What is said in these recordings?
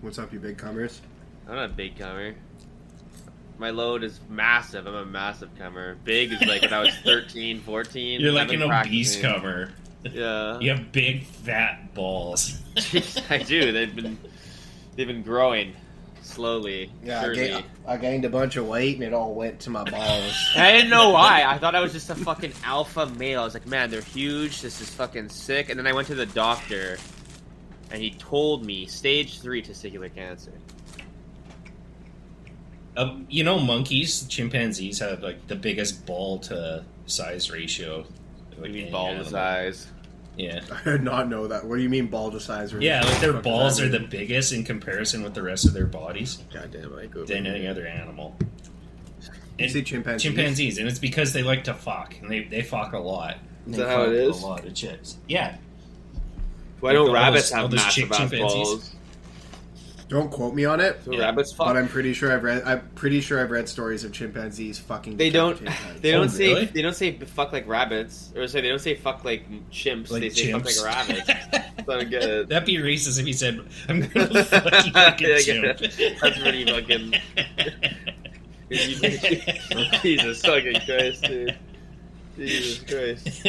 What's up, you big comers? I'm not a big comer. My load is massive. I'm a massive comer. Big is like when I was 13, 14. You're I've like been an obese practicing. cover. Yeah. You have big fat balls. I do. They've been they've been growing slowly. Yeah, I, surely. ga- I gained a bunch of weight and it all went to my balls. And I didn't know why. I thought I was just a fucking alpha male. I was like, man, they're huge. This is fucking sick. And then I went to the doctor, and he told me stage three testicular cancer. Um, you know, monkeys, chimpanzees have like the biggest ball to size ratio. of, We like, mean any ball animal. size. Yeah. I did not know that. What do you mean ball to size? Yeah, like their balls are the biggest in comparison with the rest of their bodies Goddamn, I go. than any other animal. You And see chimpanzees? chimpanzees, and it's because they like to fuck, and they, they fuck a lot. Is They that how fuck it is? A lot of chicks. Yeah, Why don't Like all rabbits those- all have those chick massive ass chimpanzees. balls? Don't quote me on it. So Yeah. rabbits fuck. But I'm pretty sure I've read. I'm pretty sure I've read stories of chimpanzees fucking. They don't. decapitating They Oh, don't say. really? They don't say fuck like rabbits, or say they don't say fuck like chimps. like they say chimps. fuck like rabbits. so I don't get it. That'd be racist if he said, "I'm gonna fuck you like Yeah, a I chimp." get it. That's pretty fucking- Jesus fucking Christ, dude. Jesus Christ.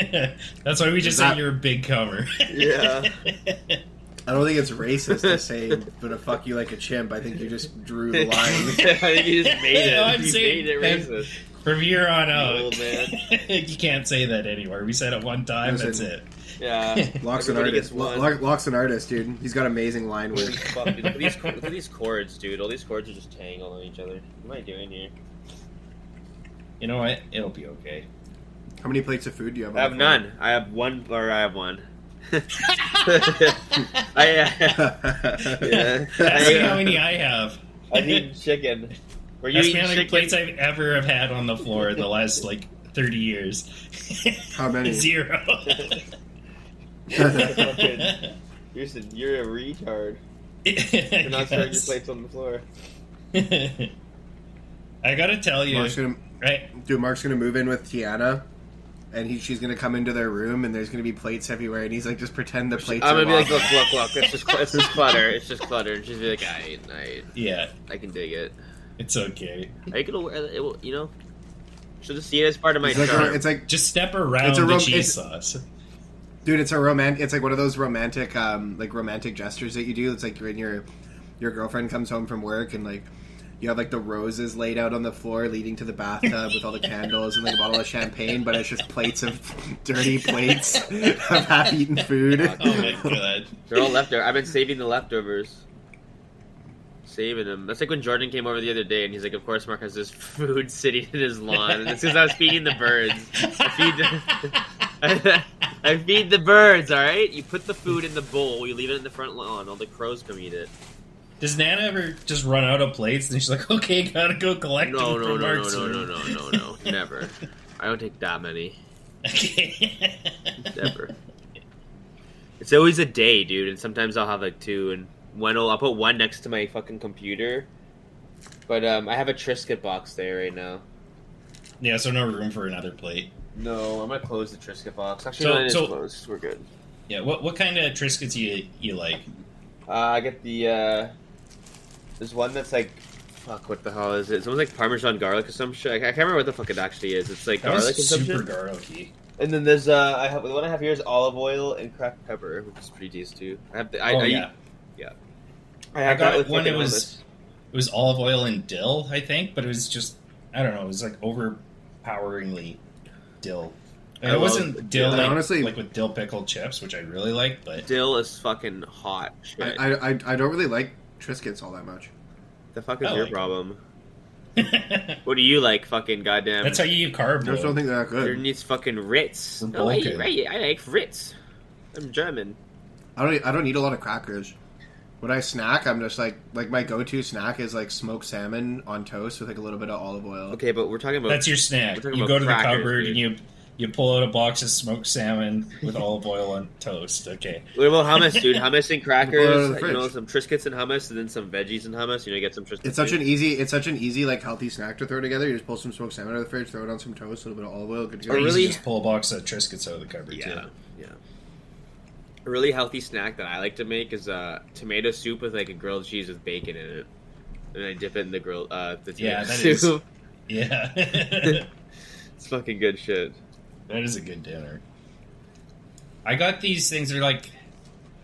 That's why we just Is say that- you're a big cover. Yeah. animals. I don't think it's racist to say "I'm gonna fuck you like a chimp." I think you just drew the I line. think you just made it. No, I'm you saying made it that- racist. From here on out, old man. you can't say that anywhere. We said it one time. That's Listen. it. Yeah. Locks an Everybody artist. gets one. Lo- Locks an artist, dude. He's got amazing line Holy work. fuck, dude. Look at, these, look at these chords, dude. All these chords are just tangled on each other. What am I doing here? You know what? It'll be okay. How many plates of food do you have? on I have the none. I have one, or I have one. I I, uh, floor? yeah. Ask I, me how uh, many I have. I need chicken. Were you Ask me eating how many chicken? plates I've ever have had on the floor in the last like thirty years. How many? Zero. Fucking- You're, s- you're a retard. You're not throwing your Yes. plates on the floor. I gotta tell you, Mark's gonna, right? dude, Mark's gonna move in with Tiana, and he, she's gonna come into their room, and there's gonna be plates everywhere, and he's like, just pretend the plates. I'm are gonna be like, lava. look, look, look. It's just, cl- it's just clutter. It's just clutter. And she's gonna be like, I, I, Yeah, I can dig it. it's okay. Are you gonna wear that? It will, you know. She'll just see it as part of my it's like, charm. a- it's like, Just step around It's a the rom- cheese it's- sauce. dude, it's a romantic. It's like one of those romantic, um, like romantic gestures that you do. It's like when your your girlfriend comes home from work, and like. You have like the roses laid out on the floor, leading to the bathtub with all the candles and like a bottle of champagne, but it's just plates of dirty plates of half-eaten food. Oh my god. They're all leftovers. I've been saving the leftovers. Saving them. That's like when Jordan came over the other day, and he's like, "Of course, Mark has this food sitting in his lawn." And it's because I was feeding the birds. I feed, I feed the birds. All right, you put the food in the bowl. You leave it in the front lawn. All the crows come eat it. Does Nana ever just run out of plates and she's like, "Okay, gotta go collect No, them no, no, from no, Mark's no, no, room." no, no, no. Never. I don't take that many. Okay. Never. It's always a day, dude, and sometimes I'll have like two, and one will, I'll put one next to my fucking computer. But um, I have a Triscuit box there right now. Yeah, so no room for another plate. No, I'm gonna close the Triscuit box. Actually, So- no, it is so- closed. We're good. Yeah, what what kind of Triscuits you you like? Uh, I get the uh, there's one that's like, fuck, what the hell is it? It's almost like Parmesan garlic or some shit. I, I can't remember what the fuck it actually is. It's like That garlic was super consumption. garlicky. And then there's uh, I have the one I have here is olive oil and cracked pepper, which is pretty decent too. I have the, I, oh I, yeah, I have I got that with one fucking that was- hummus. it was olive oil and dill, I think, but it was just I don't know, it was like overpoweringly dill. Like, I it wasn't love dill dill. like, Honestly- like with dill pickle chips, which I really like, but Dill is fucking hot. Shit. I, I, I I don't really like Triscuits all that much. the fuck is I your like it. problem? that's What do you like, fucking goddamn? how you carb. I just don't load. think they're that There good. needs fucking Ritz. We're Oh, I, bulking. I, I like Ritz. I'm German. I don't. e, I don't eat a lot of crackers. When I snack, I'm just like like my go-to snack is like smoked salmon on toast with like a little bit of olive oil. Okay, but we're talking about That's your snack. We're talking You about go to the crackers, cupboard dude. and you you pull out a box of smoked salmon with olive oil on toast. Okay. what about hummus, dude? Hummus and Pull it out of crackers. the You know, fridge. some Triscuits and hummus, and then some veggies and hummus. You know, you get some Triscuits. It's such too. an easy. It's such an easy like healthy snack to throw together. You just pull some smoked salmon out of the fridge, throw it on some toast, a little bit of olive oil. Good to Or go. You really- just pull a box of Triscuits out of the cupboard yeah, too. yeah. A really healthy snack that I like to make is uh, tomato soup with like a grilled cheese with bacon in it, and I dip it in the grill uh, the tomato Yeah, that is- soup. Yeah, It's fucking good shit. that is a good dinner. I got these things. They're like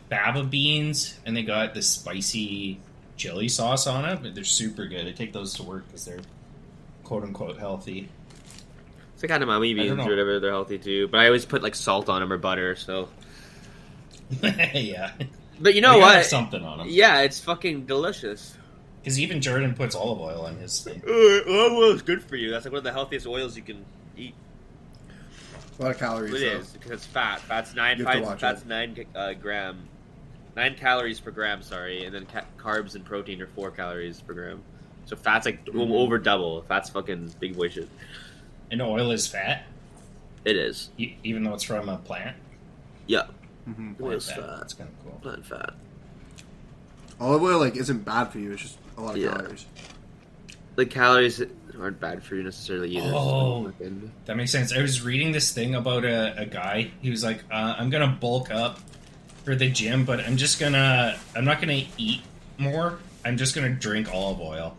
baba beans, and they got the spicy chili sauce on it. But they're super good. I take those to work because they're quote unquote healthy. It's like edamame I don't beans or know. whatever. They're healthy too, but I always put like salt on them or butter. So, yeah, but you They know gotta have what? Something on them Yeah, it's fucking delicious. because even Jordan puts olive oil on his thing. Oh, well, it's good for you. That's like one of the healthiest oils you can eat. A lot of calories. It though. is because it's fat. Fat's nine. You have to Fat's, watch fat's it. nine uh, gram, nine calories per gram. Sorry, and then ca- carbs and protein are four calories per gram. So fat's like o- Mhm. over double. Fat's fucking big boy shit. And oil is fat, It is. e- even though it's from a plant. Yeah, Mhm. Plant Oil's fat. fat. That's kind of cool. Not fat. Olive oil like isn't bad for you. It's just a lot of Yeah. calories. The calories aren't bad for you necessarily either. so Oh. fucking- That makes sense. I was reading this thing about a, a guy. He was like, uh, I'm going to bulk up for the gym, but I'm just going to, I'm not going to eat more. I'm just going to drink olive oil.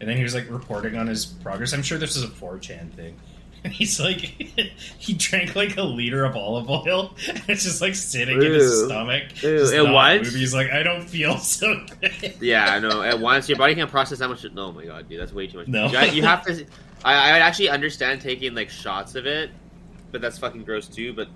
And then he was like reporting on his progress. I'm sure this is a 4chan thing. And he's like, he drank like a liter of olive oil. And it's just like sitting in his Ew. stomach. Ew, just it not what? moving. He's like, I don't feel so good. Yeah, I know. At once, your body can't process that much. No, oh my god, dude, that's way too much. No. you, you have to. I, I actually understand taking like shots of it, but that's fucking gross too. But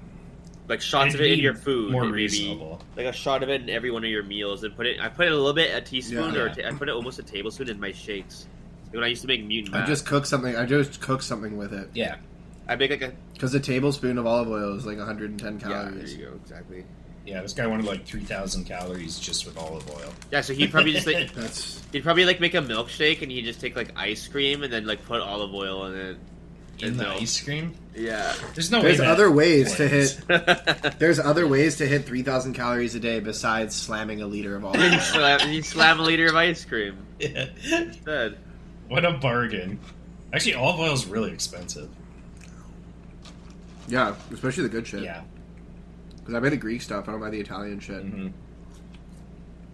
like shots of it It'd in be your food, More maybe reasonable. like a shot of it in every one of your meals, and put it. I put it a little bit, a teaspoon, Yeah. or a ta- I put it almost a tablespoon in my shakes. When I used to make mutant, I mash, just cook something. I just cook something with it Yeah. I make like a because a tablespoon of olive oil is like 110 yeah. There calories. you go, exactly. Yeah, this guy wanted like 3,000 calories just with olive oil. Yeah, so he'd probably just like That's he'd probably like make a milkshake, and he'd just take like ice cream, and then like put olive oil in it. in And the milk. ice cream. Yeah. There's no there's way. other ways to plays. hit. There's other ways to hit 3,000 calories a day besides slamming a liter of olive you, oil. slam, you slam a liter of ice cream. that. Good. what a bargain! Actually, olive oil is really expensive. yeah, Mm-hmm. especially the good shit. Yeah, Because I buy the Greek stuff. I don't buy the Italian shit. hmm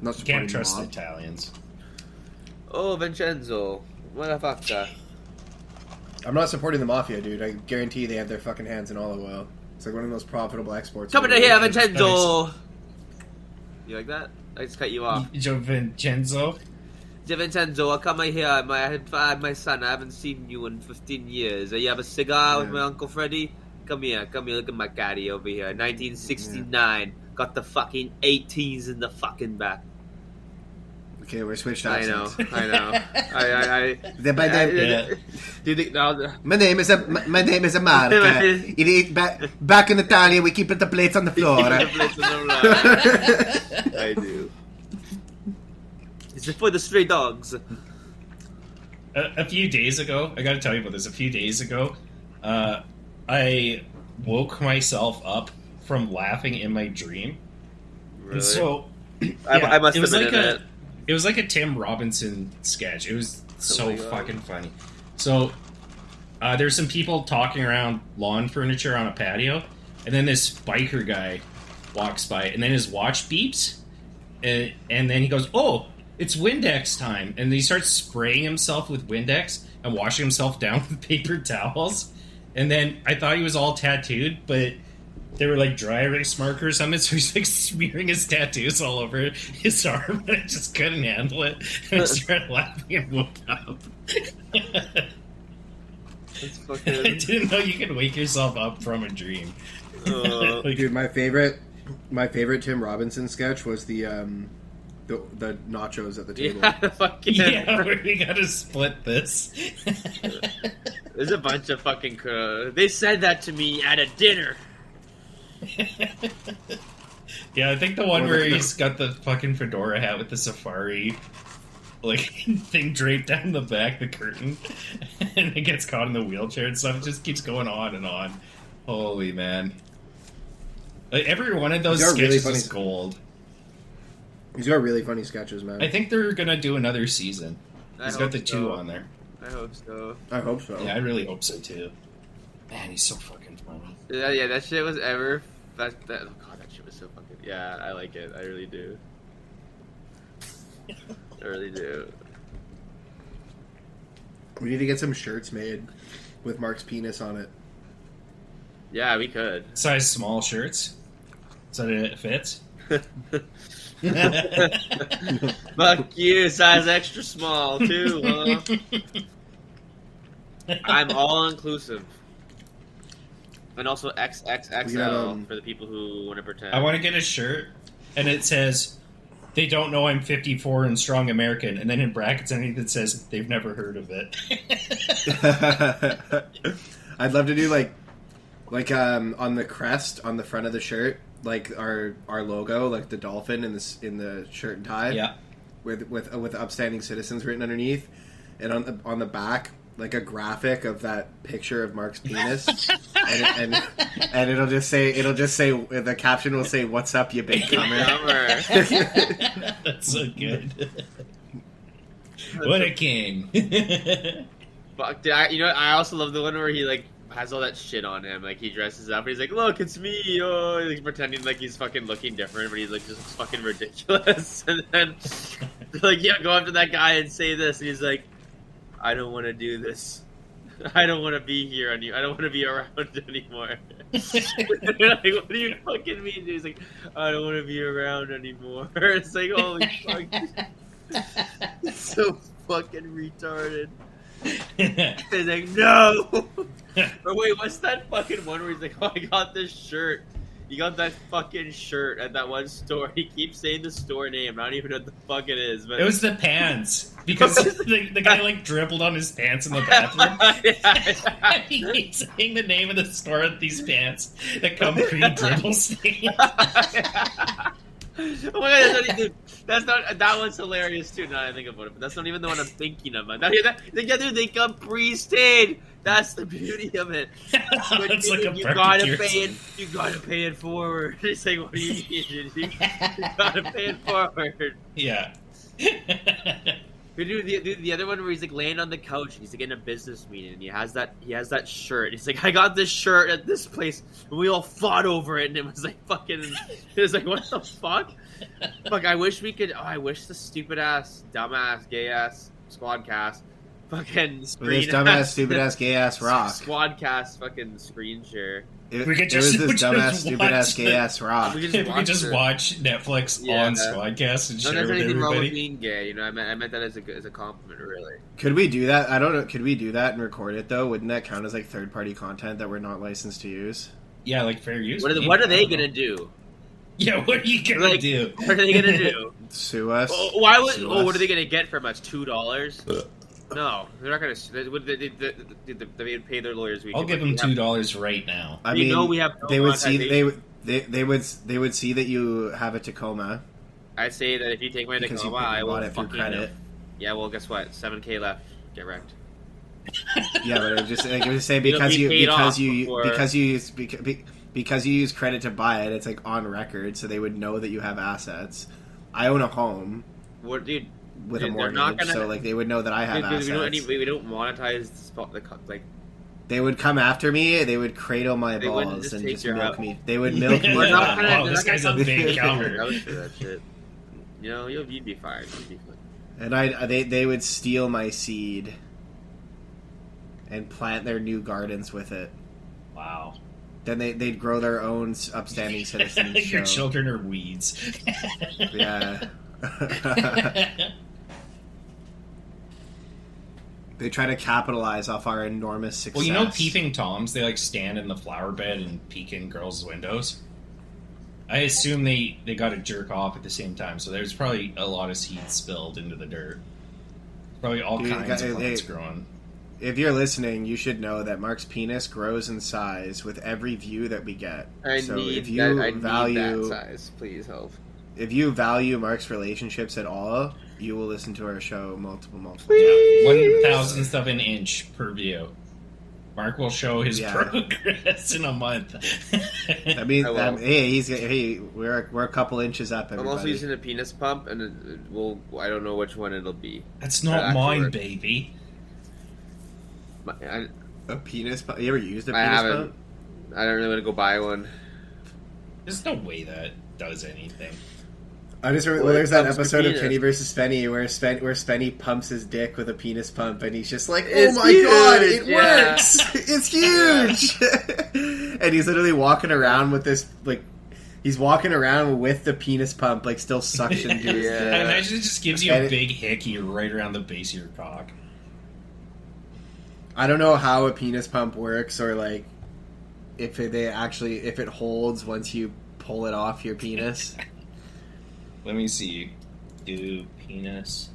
I'm not supporting can't trust the the mob. Italians. Oh, Vincenzo. Motherfucker. I'm not supporting the mafia, dude. I guarantee they have their fucking hands in olive oil. It's like one of the most profitable exports. Coming to in the here, world. Vincenzo! You like that? I just cut you off. Joe Vincenzo. Dear Vincenzo, I come here. My, I had- I had my son, I haven't seen you in 15 years. You have a cigar with Yeah. my Uncle Freddy? Come here, come here. Look at my caddy over here. 1969. Got the fucking 18s in the fucking back. Okay, we're switched I know, accents. I know. I, I, I. They buy them- Yeah. Dude, they- no, My name is a my, my name is America. it is back back in Italia. We keep it the plates on the floor. Keep the plates on the floor. I I do. It's for the stray dogs. a, a few days ago, I got to tell you about this. A few days ago, uh, I woke myself up from laughing in my dream. Really? And so I, yeah, I must it have was been like in a- it. It was like a Tim Robinson sketch. It was so Oh my God. fucking funny. So uh, there's some people talking around lawn furniture on a patio, and then this biker guy walks by, and then his watch beeps, and, and then he goes, "Oh, it's Windex time!" And he starts spraying himself with Windex and washing himself down with paper towels. And then I thought he was all tattooed, but they were like dry erase markers on it, so he's like smearing his tattoos all over his arm. And I just couldn't handle it, and I started laughing and woke up. It's I fucking. didn't know you could wake yourself up from a dream. Uh, Like, Dude, my favorite my favorite Tim Robinson sketch was the um the, the nachos at the table. yeah, the fucking. yeah, we gotta split this. There's a bunch of fucking. Cr- they said that to me at a dinner. yeah, I think the one Or where the- he's got the fucking fedora hat with the safari like thing draped down the back, the curtain, and it gets caught in the wheelchair and stuff. It just keeps going on and on. Holy man. Like, every one of those These are really sketches funny. is gold. These are really funny sketches, man. I, I think they're gonna do another season. I He's hope got the so. two on there. I hope so. hope so. Yeah, I really hope so too. Man, he's so fucking funny. Yeah, yeah, that shit was ever. That, that, oh god, that shit is so fucking. Yeah, I like it. I really do. I really do. We need to get some shirts made with Mark's penis on it. Yeah, we could. Size small shirts. So that it fits. Fuck you, size extra small too. huh? I'm all inclusive. And also XXXL We got, um, for the people who want to pretend. I want to get a shirt, and it says, "They don't know I'm 54 and strong American," and then in brackets underneath it says, "They've never heard of it." I'd love to do like like um on the crest on the front of the shirt, like our our logo, like the dolphin in the s- in the shirt and tie. yeah, with with uh, with upstanding citizens written underneath, and on the on the back like a graphic of that picture of Mark's penis, and, and and it'll just say it'll just say the caption will say "What's up, you big cummer." Summer. that's so good. what a king! Fuck, dude, I, you know, what? I also love the one where he like has all that shit on him. Like he dresses up and he's like, "Look, it's me!" Oh, he's pretending like he's fucking looking different, but he like just looks fucking ridiculous. and then they're like, yeah, go after that guy and say this, and he's like, "I don't want to do this. I don't want to be here on you. I don't want to be around anymore." They're like, what do you fucking mean? He's like, "I don't want to be around anymore." it's like, holy fuck, it's so fucking retarded. He's like, no. or wait, what's that fucking one where he's like, oh, I got this shirt. You got that fucking shirt at that one store. He keeps saying the store name. I don't even know what the fuck it is, but it was the pants because the, the guy like dribbled on his pants in the bathroom. he keeps saying the name of the store with these pants that come pre dribble stain. oh my god, that's not even, that's not that one's hilarious too. Now that I think about it, but that's not even the one I'm thinking of. Now, yeah, that, yeah, dude, they come pre-stained. That's the beauty of it. But it's dude, like a you barbecue gotta or pay it. You gotta pay it forward. It's like, what do you mean? dude? You, you gotta pay it forward. Yeah. But dude, the, the, the other one where he's like laying on the couch and he's like in a business meeting and he has that he has that shirt. He's like, I got this shirt at this place and we all fought over it and it was like fucking it was like what the fuck? Fuck, I wish we could oh, I wish the stupid ass, dumb ass, gay ass, squad cast, fucking With this screen dumbass, stupid ass, gay ass rock. squad cast fucking screen share. It, We could it just- was we this just dumbass, stupid ass, watch gay ass rock. We could If just we watch could just it. watch Netflix Yeah. on Squadcast and Not share there's with anything wrong with everybody. being gay, you know. I meant, I meant that as a, as a compliment, really. Could we do that? I don't know. Could we do that and record it though? Wouldn't that count as like third party content that we're not licensed to use? Yeah, like fair use. What are, the, maybe. what are I they don't know. gonna do? Yeah, what are you gonna Like- do? What are they gonna do? Sue us. Oh, why would? Sue Oh, what us. are they going to get from us? Two dollars? Uh. No, they're not going to. They, would- they, they, they, they, they would pay their lawyers. We I'll could- give we them two have- dollars right now. I we mean, know we have. no they would see monetization. they would they, they would they would see that you have a Tacoma I say that if you take my because you Tacoma, I will bought it through fucking. credit. Yeah, well, guess what? Seven k left. Get wrecked. Yeah, but I'm just like, I'm just saying It'll because be you paid because off you before- because you use beca- be- because you use credit to buy it, it's like on record, so they would know that you have assets. I own a home What, dude? with a Dude, they're mortgage, not gonna- so like they would know that I have dude, dude, assets. we don't any, we, we don't monetize the spot the co- like. They would come after me. They would cradle my They wouldn't balls just and take just your milk out- me. They would milk me. We're not gonna- Wow, they're not this gonna guy's a come- big That counter. was for that shit. You know, you'll you'd be fine. You'd be fine. And I they they would steal my seed and plant their new gardens with it. Wow. Then they they'd grow their own s- upstanding citizens. Your show. children are weeds. Yeah. they try to capitalize off our enormous success. well, you know, peeping toms, they like stand in the flower bed and peek in girls' windows. I assume they they got to jerk off at the same time, so there's probably a lot of seeds spilled into the dirt. Probably all Dude, kinds guy- of plants hey. growing. If you're listening, you should know that Mark's penis grows in size with every view that we get. I so need if you that. I value need that size. Please help. if you value Mark's relationships at all, you will listen to our show multiple, multiple. Yeah, one thousandth of an inch per view. Mark will show his Yeah. progress in a month. I mean, I will. um, hey, he's hey, we're we're a couple inches up. Everybody. I'm also using a penis pump, and it, it will. I don't know which one it'll be. That's not Actually mine, work. baby. My- I, a penis pump. You ever used a I penis haven't. pump? I don't really want to go buy one. There's no way that does anything. I just remember Well, there's it that pumps the episode of penis. Kenny versus Spenny where Spen where Spenny pumps his dick with a penis pump and he's just like, "Oh It's my god, huge, it yeah. works! It's huge!" and he's literally walking around with this like, he's walking around with the penis pump like still suction to his Yeah. dick. I imagine it just gives you And a it- big hickey right around the base of your cock. I don't know how a penis pump works or like if it, they actually if it holds once you pull it off your penis. Let me see. Do penis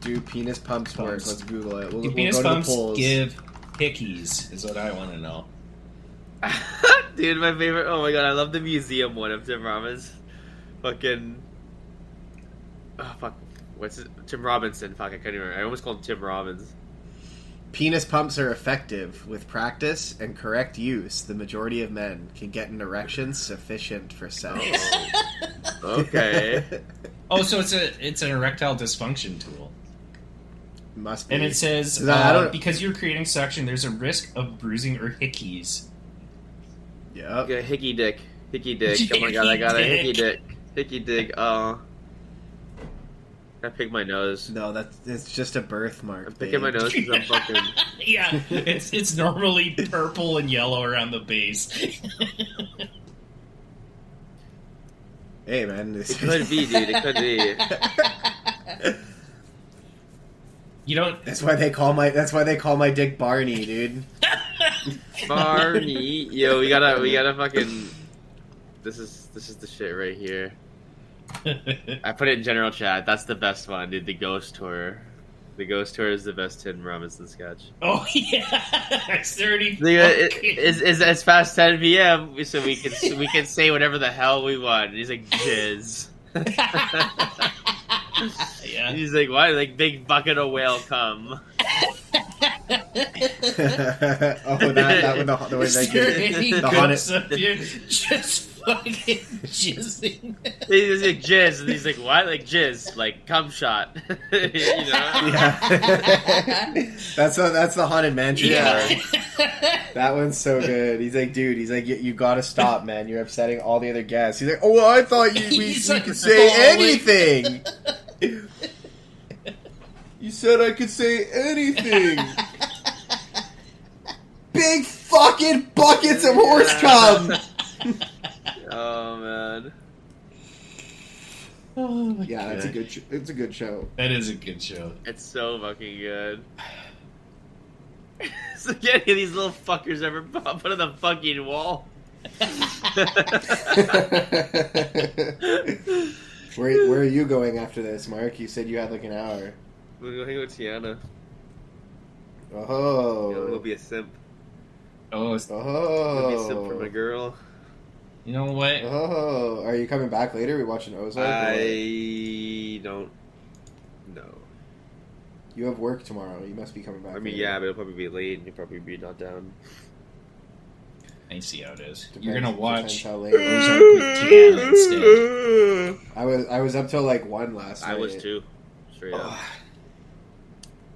Do penis pumps work? Pumps. Let's Google it. We'll, do we'll penis go to the pumps polls. give hickeys? Is what I want to know. Dude, my favorite. Oh my god, I love the museum one of Tim Robbins. Fucking. Oh, fuck. What's it? Tim Robinson. Fuck, I can't even. I almost called him Tim Robbins. Penis pumps are effective. With practice and correct use, the majority of men can get an erection sufficient for sex. Okay. Oh, so it's a it's an erectile dysfunction tool, Must be. and it says No, I uh, don't- because you're creating suction, there's a risk of bruising or hickeys. Yep. okay, hickey dick. Hickey dick. Oh my god, I got a hickey dick. Hickey dick. Oh. I picked my nose. No, that's it's just a birthmark. I'm picking my babe. nose because I'm fucking. yeah, it's it's normally purple and yellow around the base. Hey man, this It could be, dude. It could be. you don't. that's why they call my that's why they call my dick Barney, dude. Barney, yo, we gotta, we gotta fucking. This is this is the shit right here. I put it in general chat. That's the best one, dude. The ghost tour. The ghost tour is the best Tim Robinson sketch. oh yeah, it's thirty. The, uh, it- fucking- it's, it's, it's past 10 p.m. so we can we can say whatever the hell we want. And he's like jizz. yeah. He's like, why? Like big bucket of whale cum. oh, that, that one, the, the way they Is there get any The ghosts haunted- up here just fucking jizzing? He's like jizz, and he's like, why? Like jizz, like cum shot. you know? yeah. that's the, that's the haunted mansion. part. That one's so good. He's like, dude. He's like, you, you got to stop, man. You're upsetting all the other guests. He's like, oh, well, I thought you we, He's we like, could say "No, we-" anything. you said I could say anything. Big fucking buckets of horse cum. Oh man. Oh my Yeah, that's a good. Sh- it's a good show. That is a good show. It's so fucking good. so get any of these little fuckers ever pop out of the fucking wall. where Where are you going after this, Mark? You said you had like an hour. We'll go hang out with Tiana. Oh, Yo, he'll be a simp. Oh, it's- He'll oh, be a simp for my girl. you know what? Oh, are you coming back later? We watching Ozark. or what? I don't know. You have work tomorrow. You must be coming back. I mean, later. yeah, but it'll probably be late and you'll probably be not down. I see how it is. Depends- You're gonna depends watch. how late. Ozark with Tiana instead. I was I was up till like one last night. I was too. Straight up. Ugh.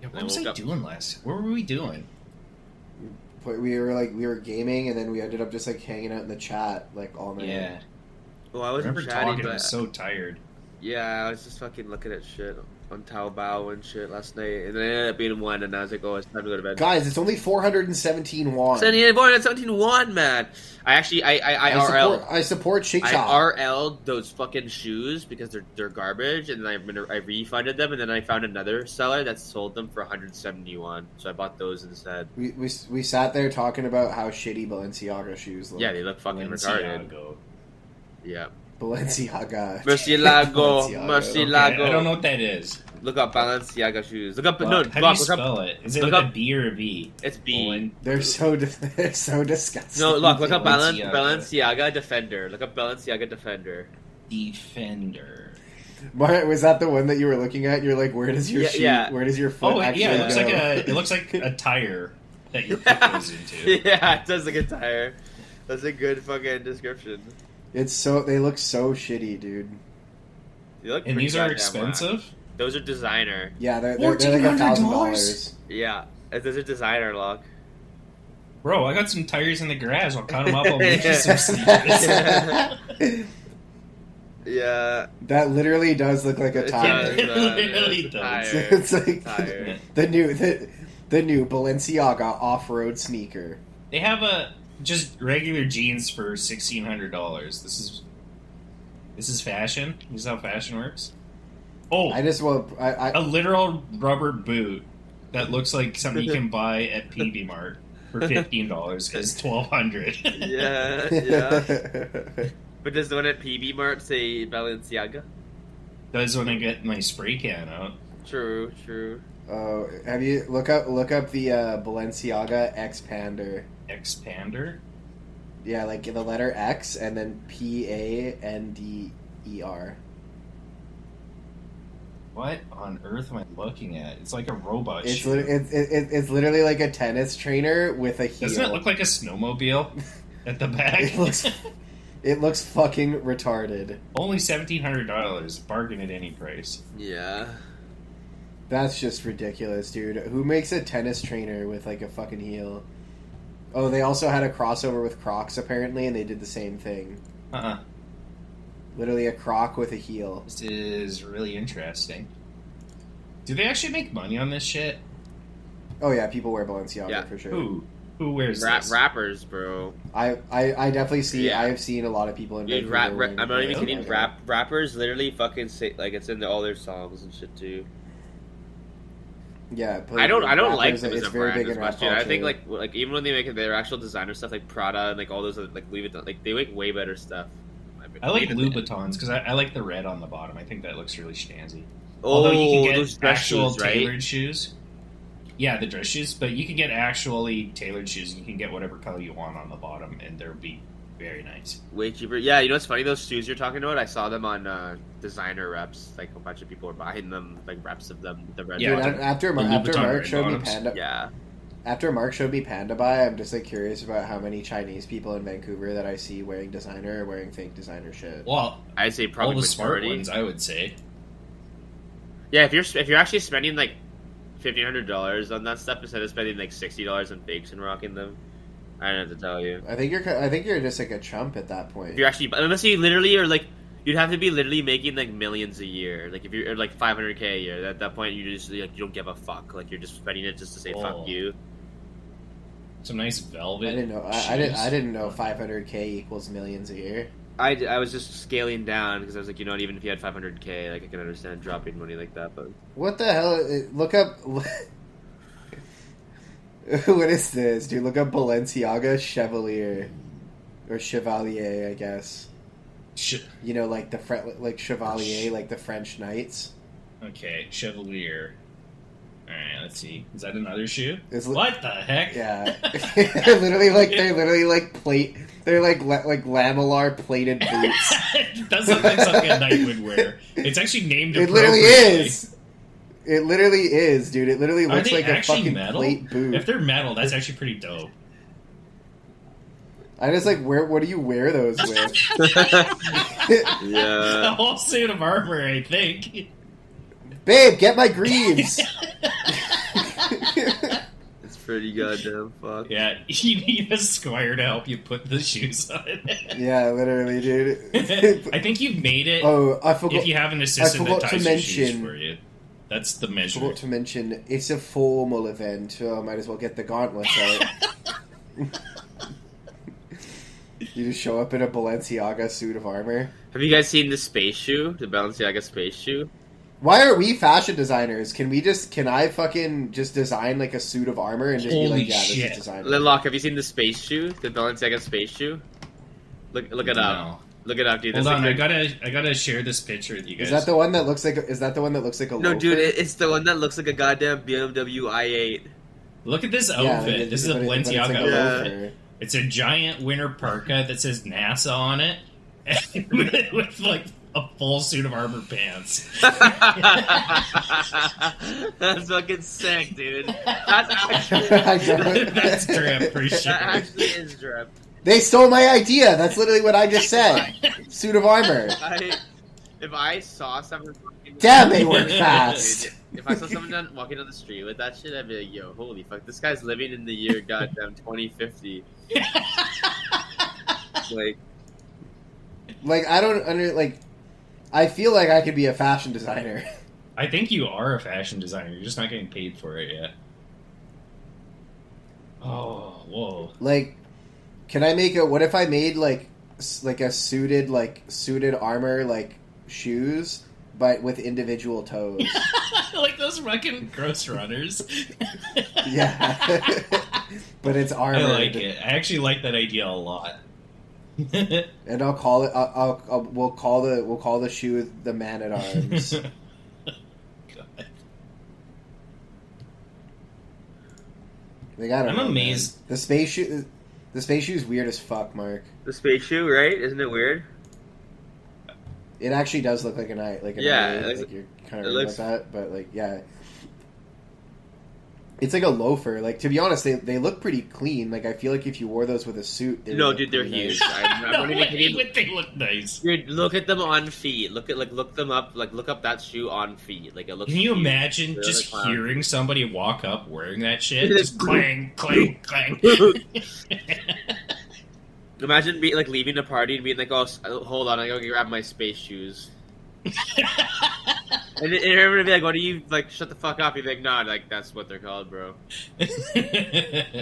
Yeah, I what was woke I up- doing last? What were we doing? But we were like we were gaming, and then we ended up just like hanging out in the chat like all night. Yeah, Well, I I wasn't remember chatty, talking. I but was so tired. yeah, I was just fucking looking at shit on Taobao and shit last night, and then I ended up being one, and I was like, oh, it's time to go to bed. Guys, it's only 417 won. Sending it born at 17-1, man. I actually, I, I, I, I support, RL. I support Shake Shop. I RL those fucking shoes because they're they're garbage, and I I refunded them, and then I found another seller that sold them for 171. So I bought those instead. we, we, we sat there talking about how shitty Balenciaga shoes look. Yeah, they look fucking retarded. Balenciaga. Yeah, Balenciaga. Murcielago, Balenciaga. Murci- Okay, Lago. I don't know what that is. look up Balenciaga shoes. Look up Fuck. no, how do Buck, you look up, spell it? Is it look with a up- B or a V? it's B. Balen- They're so dis- they're so disgusting. No, look, look up Balen- Balenciaga. Balenciaga Defender. Look up Balenciaga Defender. Defender. Mar- was that the one that you were looking at? You're like, where does your Yeah, shoe? yeah. Where does your foot? Oh wait, actually yeah, it looks go? like a it looks like a tire that your foot goes into. yeah, it does look a tire. That's a good fucking description. It's so they look so shitty, dude. They look And pretty these goddamn are whack. expensive. Those are designer. Yeah, they're they're, they're like a $1,400? thousand dollars. Yeah, those are designer lock. Bro, I got some tires in the garage. I'll cut them up. I'll make you some sneakers. Yeah. That literally does look like a It's tire. a- it's a- Really it's a does. tire. it's like Tire. the new the, the new Balenciaga off-road sneaker. they have a just regular jeans for sixteen hundred dollars. This is this is fashion. This is how fashion works. Oh, I just want I, I a literal rubber boot that looks like something you can buy at PB Mart for fifteen dollars because twelve hundred. Oh, Yeah, yeah. But does the one at PB Mart say Balenciaga? Does when I get my spray can out. True, true. oh, have you look up look up the uh, Balenciaga X Pander? Expander. Yeah, like the letter X and then P A N D E R. What on earth am I looking at? It's like a robot It's shoe. lit- it's it, it's literally like a tennis trainer with a heel. Doesn't it look like a snowmobile at the back? It looks- It looks fucking retarded. Only seventeen hundred dollars. Bargain at any price. Yeah. That's just ridiculous, dude. Who makes a tennis trainer with like a fucking heel? Oh, they also had a crossover with Crocs apparently, and they did the same thing. Uh uh Literally a Croc with a heel. This is really interesting. Do they actually make money on this shit? Oh yeah, people wear Balenciaga Yeah. for sure. Who? Who wears Rap, this? rappers, bro. I, I I definitely see. Yeah. I have seen a lot of people in. Dude, Vancouver rap, wearing I'm not even kidding. Balenciaga. Rap, rappers literally fucking say like it's in their- all their songs and shit too. Yeah, but I don't, I don't like rappers, them as it's a very brand big as in rap much. Dude. I think culture. like w- like even when they make their actual designer stuff like Prada and like all those other, like Louis Vuitton, like they make way better stuff. I like Louboutins because I, I like the red on the bottom. I think that looks really stanzy. Oh, Although you can those get dress actual shoes, right? tailored shoes. Yeah, the dress shoes, but you can get actually tailored shoes. and You can get whatever color you want on the bottom, and they'll be very nice. Way cheaper. Yeah, you know what's funny? Those shoes you're talking about, I saw them on uh, designer reps. Like a bunch of people were buying them, like reps of them. The red. Yeah, Dude, ones. a- after the Mar- Louis after Vuitton Mark brand showed me bottoms. Panda, yeah. after Mark showed me Panda Buy, I'm just like curious about how many Chinese people in Vancouver that I see wearing designer or wearing fake designer shit. Well, I'd say all probably the smart majority. ones, I would say. Yeah, if you're if you're actually spending like fifteen hundred dollars on that stuff instead of spending like sixty dollars on fakes and rocking them, I don't know what to tell you. I think you're ki- I think you're just like a chump at that If point. you're actually unless you literally are like you'd have to be literally making like millions a year. Like if you're or, like five hundred k a year, at that point you just like you don't give a fuck. Like you're just spending it just to say Oh. fuck you. Some nice I velvet. didn't know. I, I didn't. I shoes. didn't know 500k equals millions a year. I, d- I was just scaling down because I was like you know what, even if you had five hundred k like I can understand dropping money like that, but What the hell? is- Look up. what is this, dude? Look up Balenciaga Chevalier or Chevalier, I guess. Sh- You know, like the Fre- like Chevalier, like the French knights. Okay, Chevalier. All right, let's see. Is that another shoe? It's li- What the heck? Yeah, literally like they're literally like plate. They're like la- like lamellar plated boots. it doesn't look something a knight would wear. It's actually named. it literally appropriately. is. It literally is, dude. It literally Are looks they like a actually fucking metal? plate If boot. they're metal, that's actually pretty dope. I just like where? What do you wear those with? Uh, Yeah. a whole suit of armor, I think. Babe, get my greaves. it's pretty goddamn fuck. Yeah, you need a squire to help you put the shoes on. yeah, literally, I dude. think you've made it oh, I forgot. if you have an assistant that forgot to ties your shoes mention- for you. That's the I measure. forgot to mention it's a formal event. Oh, I might as well get the gauntlets out. you just show up in a Balenciaga suit of armor. Have you guys seen the space shoe, the Balenciaga space shoe? Why are we fashion designers? Can we just? Can I fucking just design like a suit of armor and just be Holy like, yeah, this shit. is designer. Lillock, have you seen the space shoe? The Balenciaga space shoe? Look look it up. No. Look it up, dude. Hold That's on, like I the- gotta, I gotta share this picture with you guys. Is that the one that looks like? A, is that the one that looks like a? No, loafer? dude, it, it's the one that looks like a goddamn BMW i8. Look at this outfit. Yeah, it- this is a but it- but it's Balenciaga like a outfit. loafer. It's a giant winter parka that says NASA on it, and with, with like a full suit of armor pants. That's fucking sick, dude. That's actually I don't- That's drip for that sure. actually is drip. They stole my idea. That's literally what I just said. Suit of armor. I, if I saw something fucking Damn, they work fast. if I saw someone down, walking down the street with that shit, I'd be like, yo, holy fuck, this guy's living in the year goddamn 2050. like, Like I don't under like. I feel like I could be a fashion designer. I think you are a fashion designer. You're just not getting paid for it yet. Oh, whoa. like, can I make a? What if I made like s- like a suited like suited armor like shoes, but with individual toes? like those fucking gross runners. yeah, but it's armor. I like it. I actually like that idea a lot. And I'll call it. I'll, I'll, I'll we'll call the we'll call the shoe the man at arms. God. Like, I don't I'm know, man. amazed. The space shoe, the space shoe is weird as fuck, Mark. the space shoe, right? Isn't it weird? It actually does look like an eye, like an Yeah, eye, it looks- like you're kind it of looks- like that, but like yeah, it's like a loafer. Like to be honest, they they look pretty clean. Like I feel like if you wore those with a suit, it no, dude, they're huge. I'm, I'm no not way even kidding. would they look nice. Dude, look at them on feet. Look at like look them up. Like look up that shoe on feet. Like it looks. Can you huge. imagine They're just like, wow. hearing somebody walk up wearing that shit? Look at Just it. clang, clang, clang. Imagine be like leaving a party and being like, "Oh, s- oh, hold on, I gotta grab my space shoes." and, and everyone would be like, "What are you like? Shut the fuck up!" You'd be like, "Nah, like that's what they're called, bro." I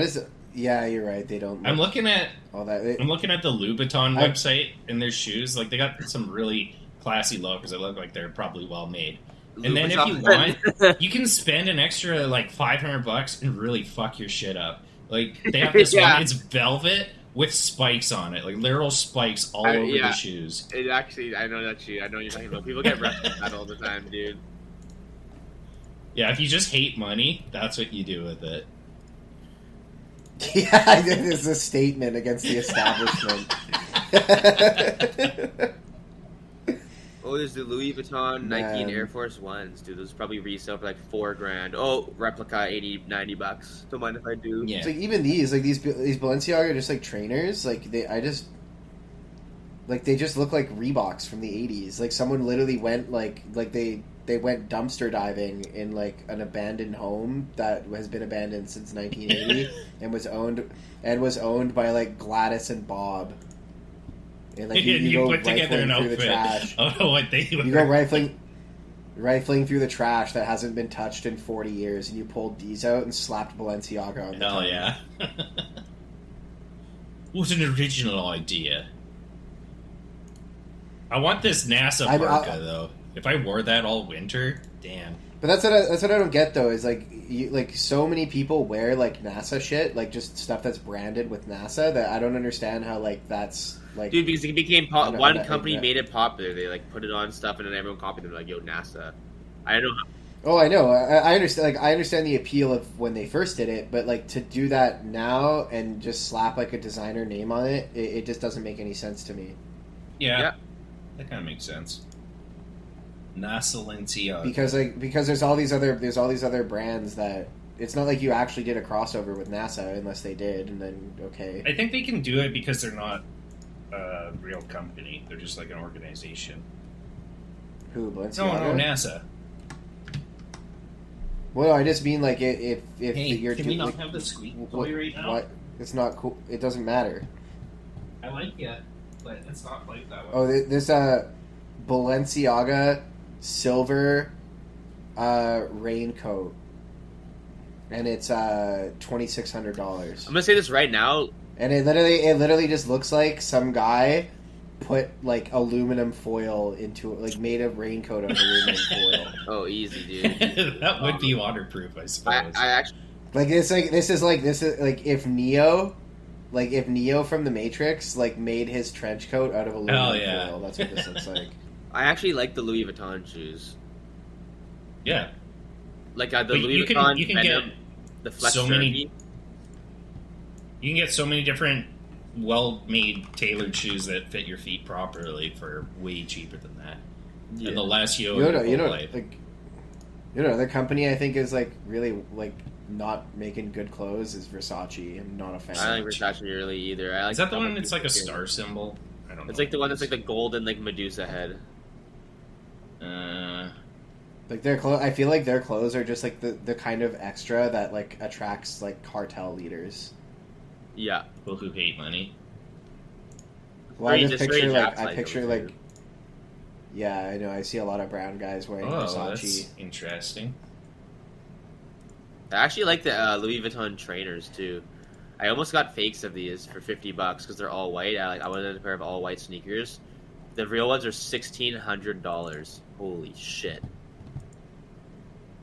just yeah, you're right. They don't. Look I'm looking at all that. They, I'm looking at the Louboutin I- website and their shoes. Like they got some really classy loafers that look like they're probably well made. And then if you Louboutin. You can spend an extra like 500 bucks and really fuck your shit up. Like they have this Yeah. one. It's velvet with spikes on it, like literal spikes all I- over yeah. the shoes. it actually, I know that shoe. I know what you're talking about. People get wrecked with that all the time, dude. Yeah, if you just hate money, that's what you do with it. yeah, this is a statement against the establishment. Oh, there's the Louis Vuitton 19 Man. Air Force Ones, dude. Those probably resell for like four grand. Oh, replica 80, 90 bucks. Don't mind if I do. Yeah. It's like even these, like these these Balenciaga are just like trainers. Like they, I just like they just look like Reeboks from the '80s. Like someone literally went like like they they went dumpster diving in like an abandoned home that has been abandoned since 1980 and was owned and was owned by like Gladys and Bob. And like you, and you you go put together rifling an through the outfit. trash. Oh, what they You go rifling. Rifling through the trash that hasn't been touched in 40 years, and you pulled these out and slapped Balenciaga on the Hell tongue. yeah. what an original idea. I want this NASA I- I- parka, though. If I wore that all winter, damn. But that's what I, that's what I don't get though is like you, like so many people wear like NASA shit like just stuff that's branded with NASA that I don't understand how like that's like Dude, because it became I pop- know, I one know, company yeah. made it popular. They like put it on stuff, and then everyone copied them. Like, yo, NASA. I don't. oh I know I, I understand like I understand the appeal of when they first did it but like to do that now and just slap like a designer name on it it, it just doesn't make any sense to me Yeah. Yeah. That kind of makes sense. NASA Lencia. because like because there's all these other there's all these other brands that it's not like you actually did a crossover with NASA unless they did and then okay I think they can do it because they're not a real company. They're just like an organization. Oh, who No, no, Balenciaga NASA. well I just mean like i- if if Hey, you're can do- we not like, have the squeak Wh- toy right now? why- It's not cool. It doesn't matter. I like it, but it's not like that one. Oh, th- there's a Balenciaga silver uh, raincoat, and it's uh, twenty six hundred dollars. I'm gonna say this right now. And it literally, it literally just looks like some guy put like aluminum foil into it, like made a raincoat out of aluminum foil. Oh, easy, dude. that would be waterproof, I I, suppose. I actually, Like it's like this is like this is like if Neo. Like if Neo from the Matrix like made his trench coat out of aluminum Hell yeah. foil, that's what this looks like. I actually like the Louis Vuitton shoes. yeah, Like uh, the But Louis you can- Vuitton you can Venom, the Flex so many- Derby. you can get so many different well-made tailored shoes that fit your feet properly for way cheaper than that. And the Yeah. less you owe you your know, whole you know, life. like you know, the company I think is like really like not making good clothes is Versace. I'm not a fan. I don't like Versace really either. I like Is that the I'm one that's like a piece of- star symbol? I don't know. It's like the one that's like the golden like Medusa head. Uh, Like their clothes, I feel like their clothes are just like the, the kind of extra that like attracts like cartel leaders. Yeah. People who hate money. Or Well, I you just just picture raise like apps I like picture those, like, dude. yeah, I know. I see a lot of brown guys wearing Oh, Versace. that's interesting. I actually like the uh, Louis Vuitton trainers too. I almost got fakes of these for fifty bucks because they're all white. I like I wanted a pair of all white sneakers. The real ones are sixteen hundred dollars. Holy shit!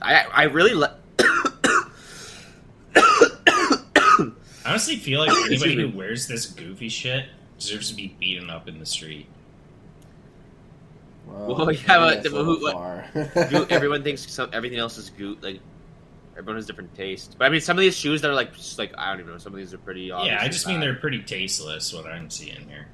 I I really like. I honestly feel like Excuse anybody me. who wears this goofy shit deserves to be beaten up in the street. Well, yeah, maybe but that's a the- little who- what- far. Goot, everyone thinks some, everything else is goot. Like everyone has different taste. But I mean, some of these shoes that are like just like I don't even know. Some of these are pretty. Obviously yeah, I just mean bad. they're pretty tasteless. What I'm seeing here,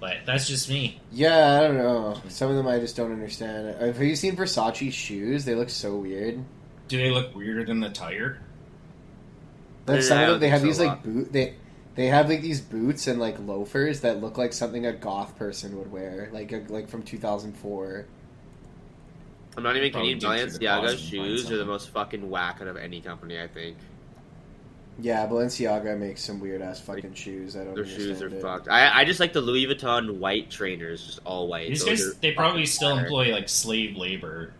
but that's just me. Yeah, I don't know. Some of them I just don't understand. Have you seen Versace shoes? They look so weird. Do they look weirder than the tire? Like Yeah, some I of them, don't they think have so, these like Rob. boot they they have like these boots and like loafers that look like something a goth person would wear, like a, like from 2004. I'm not even Probably kidding. dig through the Balenciaga closet and find shoes are the something. most fucking whack out of any company. I think Yeah, Balenciaga makes some weird ass fucking shoes. I don't. their understand shoes are it. fucked. I, I just like the Louis Vuitton white trainers, just all white. These Those guys, are they probably fucking still fire. employ like slave labor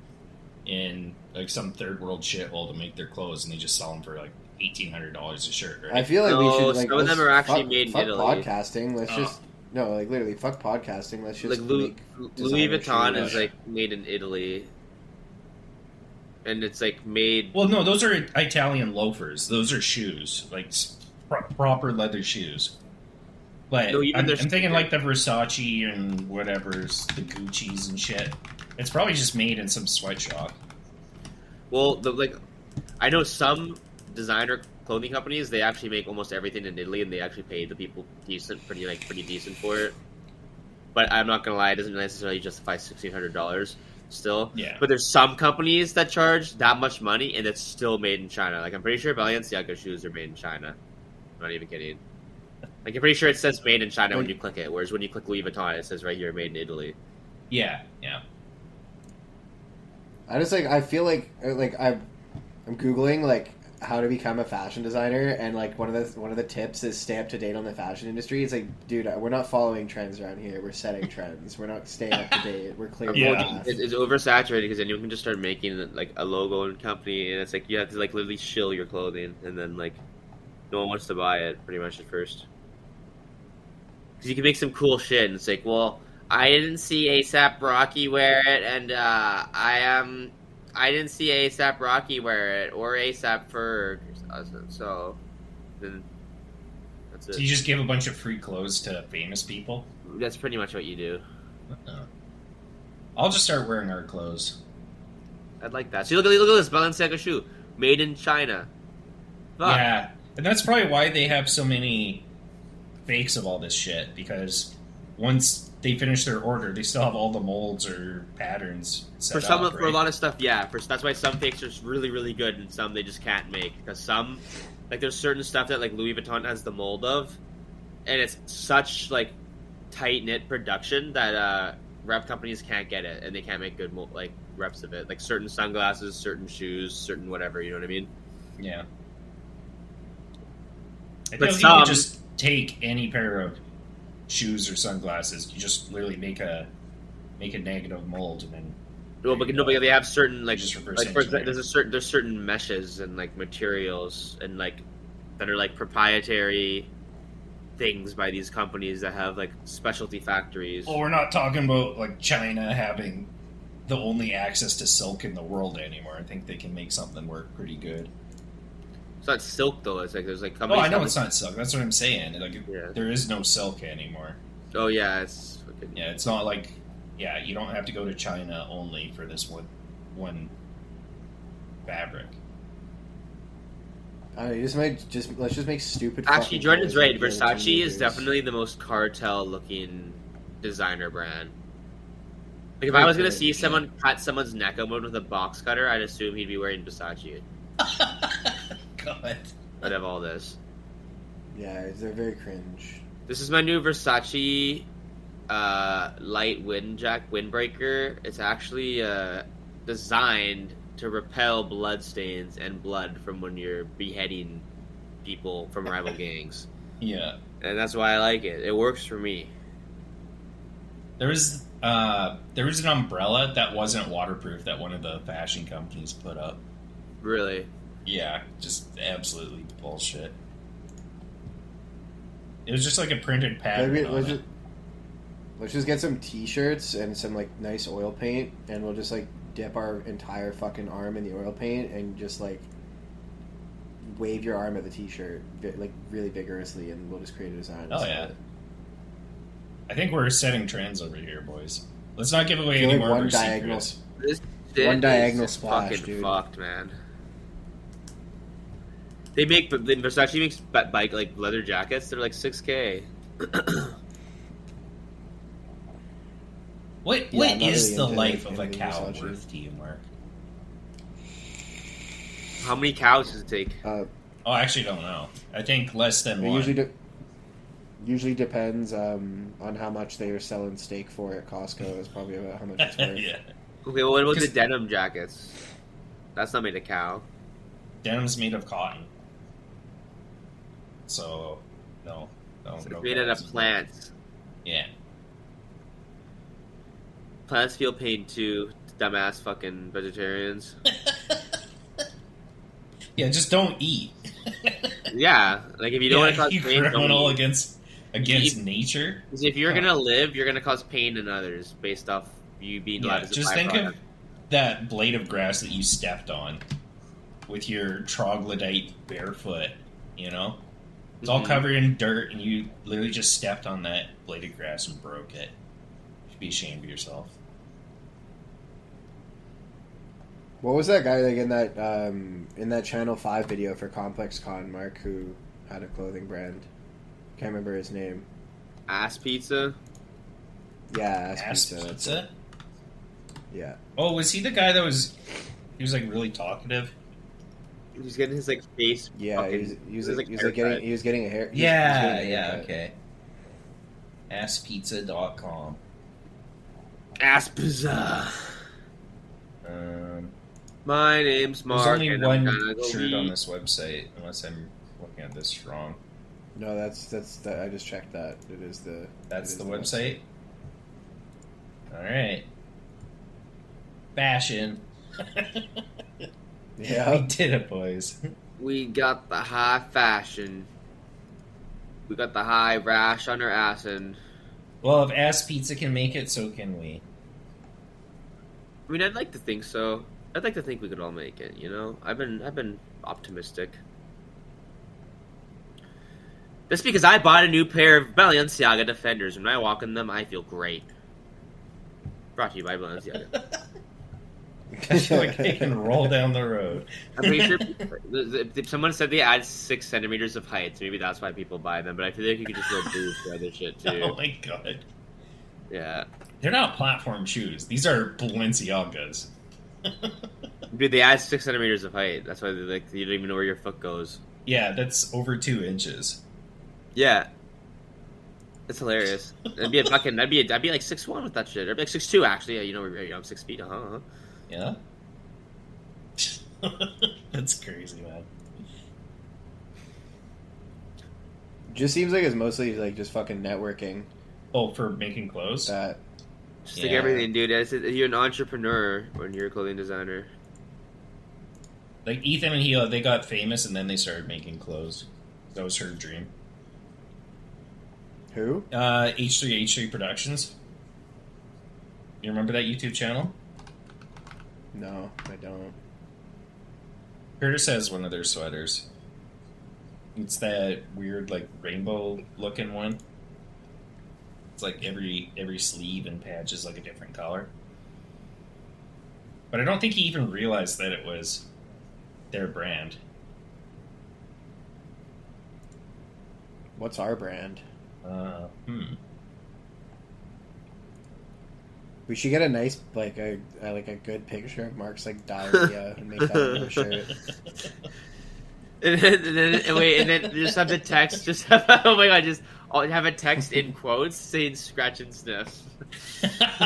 in like some third world shithole to make their clothes, and they just sell them for like eighteen hundred dollars a shirt. Right? I feel like we No, should like some of them let's are actually fuck, made in fuck Italy. podcasting. Let's Oh. just no, like literally fuck podcasting. Let's just like Louis, make Louis designer Vuitton shoes. is like made in Italy, and it's like made. Well, no, those are Italian loafers. Those are shoes, like s- pro- proper leather shoes. But No, even I'm, their- I'm thinking like the Versace and whatever's the Gucci's and shit. It's probably just made in some sweatshop. Well, the like, I know some designer clothing companies they actually make almost everything in Italy, and they actually pay the people decent, pretty like pretty decent for it. But I'm not gonna lie, it doesn't necessarily justify sixteen hundred dollars still. Yeah, But there's some companies that charge that much money and it's still made in China. Like I'm pretty sure Balenciaga shoes are made in China. I'm not even kidding. Like I'm pretty sure it says made in China when you click it, whereas when you click Louis Vuitton, it says right here made in Italy. yeah, yeah. I just like I feel like uh, like I'm I'm googling like how to become a fashion designer and like one of the one of the tips is stay up to date on the fashion industry. It's like, dude, we're not following trends around here. We're setting trends. We're not staying up to date. We're clear. Yeah. path. It's, it's oversaturated because anyone can just start making like a logo and company, and it's like you have to like literally shill your clothing, and then like no one wants to buy it pretty much at first. Because you can make some cool shit, and it's like, well, I didn't see ASAP Rocky wear it, and uh, I am, I didn't see ASAP Rocky wear it or ASAP Ferg, so then that's So you it. just give a bunch of free clothes to famous people. That's pretty much what you do. Uh-uh. I'll just start wearing our clothes. I'd like that. See, look at look at this Balenciaga shoe, made in China. Fuck. Yeah, and that's probably why they have so many fakes of all this shit because once they finish their order, they still have all the molds or patterns set for some up, of for a right? lot of stuff yeah for, that's why some fakes are really really good and some they just can't make because some like there's certain stuff that like louis vuitton has the mold of and it's such like tight knit production that uh rep companies can't get it and they can't make good mold, like reps of it like certain sunglasses certain shoes certain whatever you know what i mean Yeah. I But feel like you some- could just take any pair of shoes or sunglasses. You just literally make a make a negative mold and then well but no but they have certain like just reverse like for engineer. example, there's a certain there's certain meshes and like materials and like that are like proprietary things by these companies that have like specialty factories. Well, we're not talking about like China having the only access to silk in the world anymore. I think they can make something work pretty good. It's not silk though. It's like there's like Oh, companies. I know that- it's not silk. That's what I'm saying. Like, Yeah. there is no silk anymore. Oh yeah, it's fucking- Yeah, it's not like yeah, you don't have to go to China only for this one one fabric. I don't know, you just might just let's just make stupid. actually fucking Jordan's clothes right. and give it to Versace is losers. definitely the most cartel looking designer brand. Like if I was gonna see someone cut someone's neck open with a box cutter, I'd assume he'd be wearing Versace God. out of all this. Yeah, they're very cringe. This is my new Versace uh, light wind jack windbreaker is actually uh, designed to repel blood stains and blood from when you're beheading people from rival gangs, Yeah. and that's why I like it. It works for me. There was uh, there was an umbrella that wasn't waterproof that one of the fashion companies put up. Really, Yeah, just absolutely bullshit. It was just like a printed pattern. Maybe on let's it. just let's just get some T-shirts and some like nice oil paint, and we'll just like dip our entire fucking arm in the oil paint and just like wave your arm at the T-shirt vi- like really vigorously, and we'll just create a design. Oh, yeah. I think we're setting trends over here, boys. Let's not give away Feel any like more of one our diagonal. secrets. this One shit diagonal is just splash, fucking dude. fucked, man. They make but they- Versace makes ba- bike like leather jackets. They're like six k. What Yeah, what I'm not is really the into, life like, of a anything cow Versace. worth to you, Mark? How many cows does it take? Uh, Oh, I actually don't know. I think less than it one. usually de- usually depends um, on how much they are selling steak for at Costco. Is probably about how much it's worth. yeah, Okay, well, what about the 'Cause- denim jackets? That's not made of cow. denim's made of cotton. So, no, no, It's no made out of cows. plants. Yeah, Plants feel pain too, dumbass fucking vegetarians. yeah. Just don't eat. yeah, like if you don't Yeah, want to you cause pain, criminal don't eat. against against nature. 'Cause if you're gonna live, you're gonna cause pain in others based off you being Yeah, alive. as a just think of byproduct. that blade of grass that you stepped on with your troglodyte barefoot, you know? It's all Mm-hmm. Mhm. covered in dirt and you literally just stepped on that blade of grass and broke it. You should be ashamed of yourself. What was that guy like in that um, in that Channel Five video for Complex Con? Mark, who had a clothing brand, can't remember his name. ass pizza. Yeah, Ass Ass Pizza, that's pizza? it. Yeah, Oh, was he the guy that was he was like really talkative? He's getting his like face. yeah. He fucking- was, he was, it like, was like he was like getting haircut. he was getting a hair. he was- he was Yeah, getting a yeah, haircut. okay. Asspizza.com. ass pizza. Um, My name's there's Mark. only and one I'm gonna go shirt on eat. this website, unless I'm looking at this wrong. No, that's that's that. I just checked that. It is the That's it the is website. All right. Fashion. we Yeah, did it, boys. We got the high fashion. We got the high rash on our ass and. Well, if Ass Pizza can make it, so can we. I mean, I'd like to think so. I'd like to think we could all make it. You know, I've been I've been optimistic. That's because I bought a new pair of Balenciaga Defenders. When I walk in them, I feel great. Brought to you by Balenciaga. I feel like they can roll down the road. I'm pretty sure if if someone said they add six centimeters of height, so maybe that's why people buy them. But I feel like you could just go booth for other shit Oh too. my god. Yeah, They're not platform shoes. These are Balenciagas. dude, they add six centimeters of height. That's why they like you don't even know where your foot goes. Yeah, that's over two inches. Yeah. It's hilarious. That'd be a fucking. That'd be. A, I'd be like six one with that shit. I'd be like six two actually. Yeah, you know, we're you know, I'm six feet. Uh huh. Yeah. that's crazy, man. just seems like it's mostly like just fucking networking. Oh, for making clothes? That Just like Yeah. everything, dude. It's, it- you're an entrepreneur when you're a clothing designer. Like Ethan and Hila, they got famous and then they started making clothes. That was her dream. who? Uh, H3H3 Productions. You remember that YouTube channel? No, I don't. Curtis has one of their sweaters. It's that weird, like rainbow looking one. It's like every every sleeve and patch is like a different color. But I don't think he even realized that it was their brand. What's our brand? Uh, hmm. We should get a nice like a, a like a good picture of Mark's like diarrhea and make that into a shirt. And then, and then and wait, and then just have the text. Just have, oh my god, just I'll have a text in quotes saying "scratch and sniff."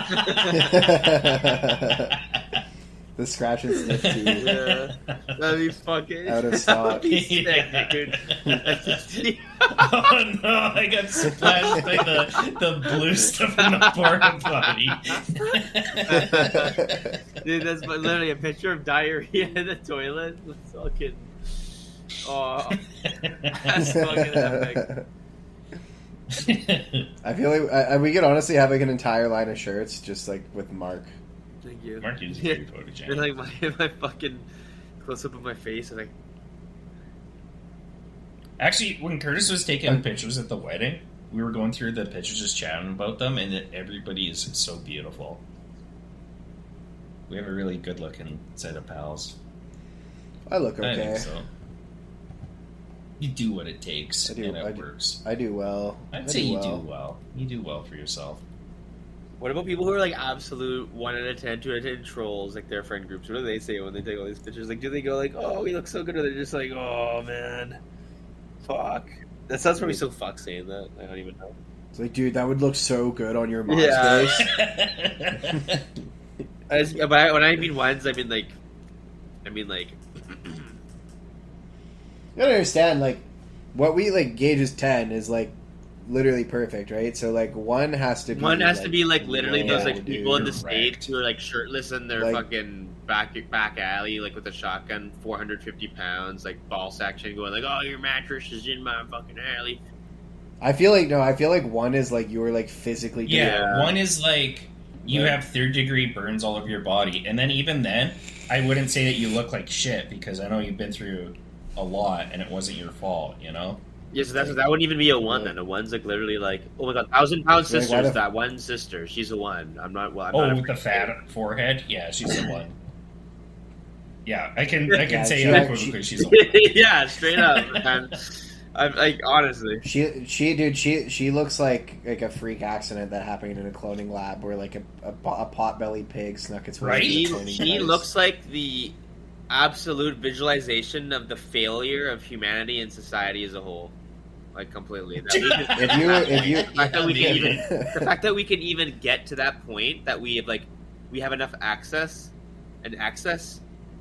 The scratch and sniff too. Yeah. That'd be fucking Out of stock. That'd be sick, dude. oh no, I got splashed by the, the blue stuff in the porta potty. Dude, that's my- literally a picture of diarrhea in the toilet. It's fucking. Oh, That's fucking epic. I feel like I, I- we could honestly have like an entire line of shirts just like with Mark. thank you. Mark uses Yeah. very photogenic. And like my my fucking close up of my face, and like Actually, when Curtis was taking pictures at the wedding, we were going through the pictures, just chatting about them, and it- everybody is so beautiful. We have a really good looking set of pals. I look I okay. think so. You do what it takes, I do, and it I do. works. I do well. I I'd say you well. do well. You do well for yourself. What about people who are like absolute one out of ten, two out of ten trolls, like their friend groups? What do they say when they take all these pictures? Like, do they go like, "Oh, we look so good," or they're just like, "Oh man, fuck." That sounds probably so fuck saying that. I don't even know. It's like, dude, that would look so good on your mom's Yeah. face. I just, but I, when I mean ones, I mean like, I mean like, You don't understand, like, what we like gauge as ten is like literally perfect, right? So like one has to be one has to be like literally no, those like dude. people in the Correct. states who are like shirtless in their Like- fucking back back alley, like with a shotgun, four hundred fifty pounds, like ball section, going like, "Oh, your mattress is in my fucking alley." I feel like no, I feel like one is like you were like physically yeah, Yeah. one is like you Right. have third degree burns all over your body, and then even then, I wouldn't say that you look like shit because I know you've been through a lot and it wasn't your fault, you know. Yeah, so that's that wouldn't even be a one then. A one's like literally like, oh my god, thousand pound Like, why sisters. the- that one sister, she's a one. I'm not. Well, I'm oh, not with the fat forehead, yeah, she's the one. Yeah, I can I can Yeah, say she- unequivocally she's the one. yeah, straight up. Man. I'm like honestly. She she dude she she looks like like a freak accident that happened in a cloning lab where like a a, po- a pot bellied pig snuck its way Right? into He, the cloning he device. looks like the absolute visualization of the failure of humanity and society as a whole, like completely. That we just- if you if you the fact that we can Yeah, even the fact that we can even get to that point that we have like we have enough access and access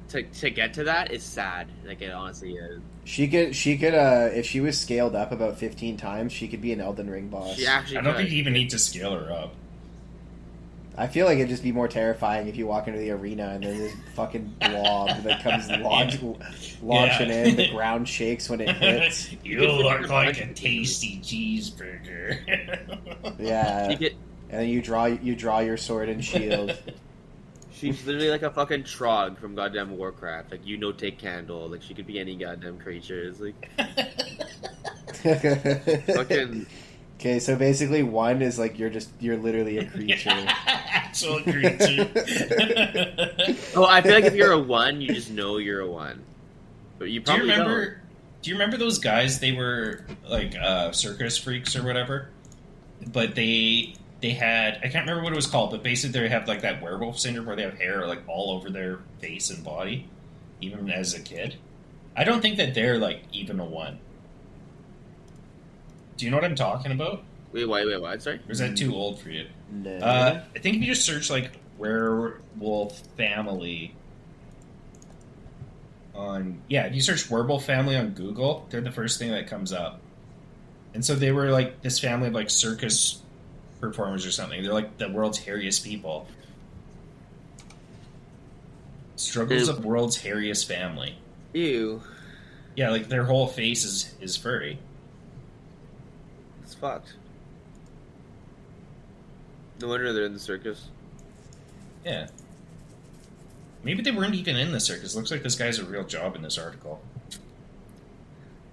to to get to that is sad. Like it honestly is. she could she could uh if she was scaled up about 15 times she could be an Elden Ring boss. She actually I don't could. think you even need to scale her up. I feel like it'd just be more terrifying if you walk into the arena and there's this fucking blob that comes launch, launching Yeah. in. The ground shakes when it hits. you look like a tasty cheeseburger. Yeah, She and could- then you draw you draw your sword and shield. she's literally like a fucking trog from goddamn Warcraft. Like you know, take candle. Like she could be any goddamn creature. It's like fucking Okay, so basically one is like you're just you're literally a creature. Actual creature. oh, I feel like if you're a one, you just know you're a one. But you do you probably remember? Do you remember those guys? They were like uh, circus freaks or whatever, but they they had I can't remember what it was called, but basically they have like that werewolf syndrome where they have hair like all over their face and body, even as a kid. I don't think that they're like even a one. Do you know what I'm talking about? don't. Wait, wait, wait, what? Sorry. Or is that too old for you? No. Uh, I think if you just search like werewolf family on yeah, if you search werewolf family on Google, they're the first thing that comes up. And so they were like this family of like circus performers or something. They're like the world's hairiest people. Struggles of world's hairiest family. Ew, Yeah, like their whole face is is furry. it's fucked. No wonder they're in the circus. Yeah. Maybe they weren't even in the circus. Looks like this guy's a real job in this article.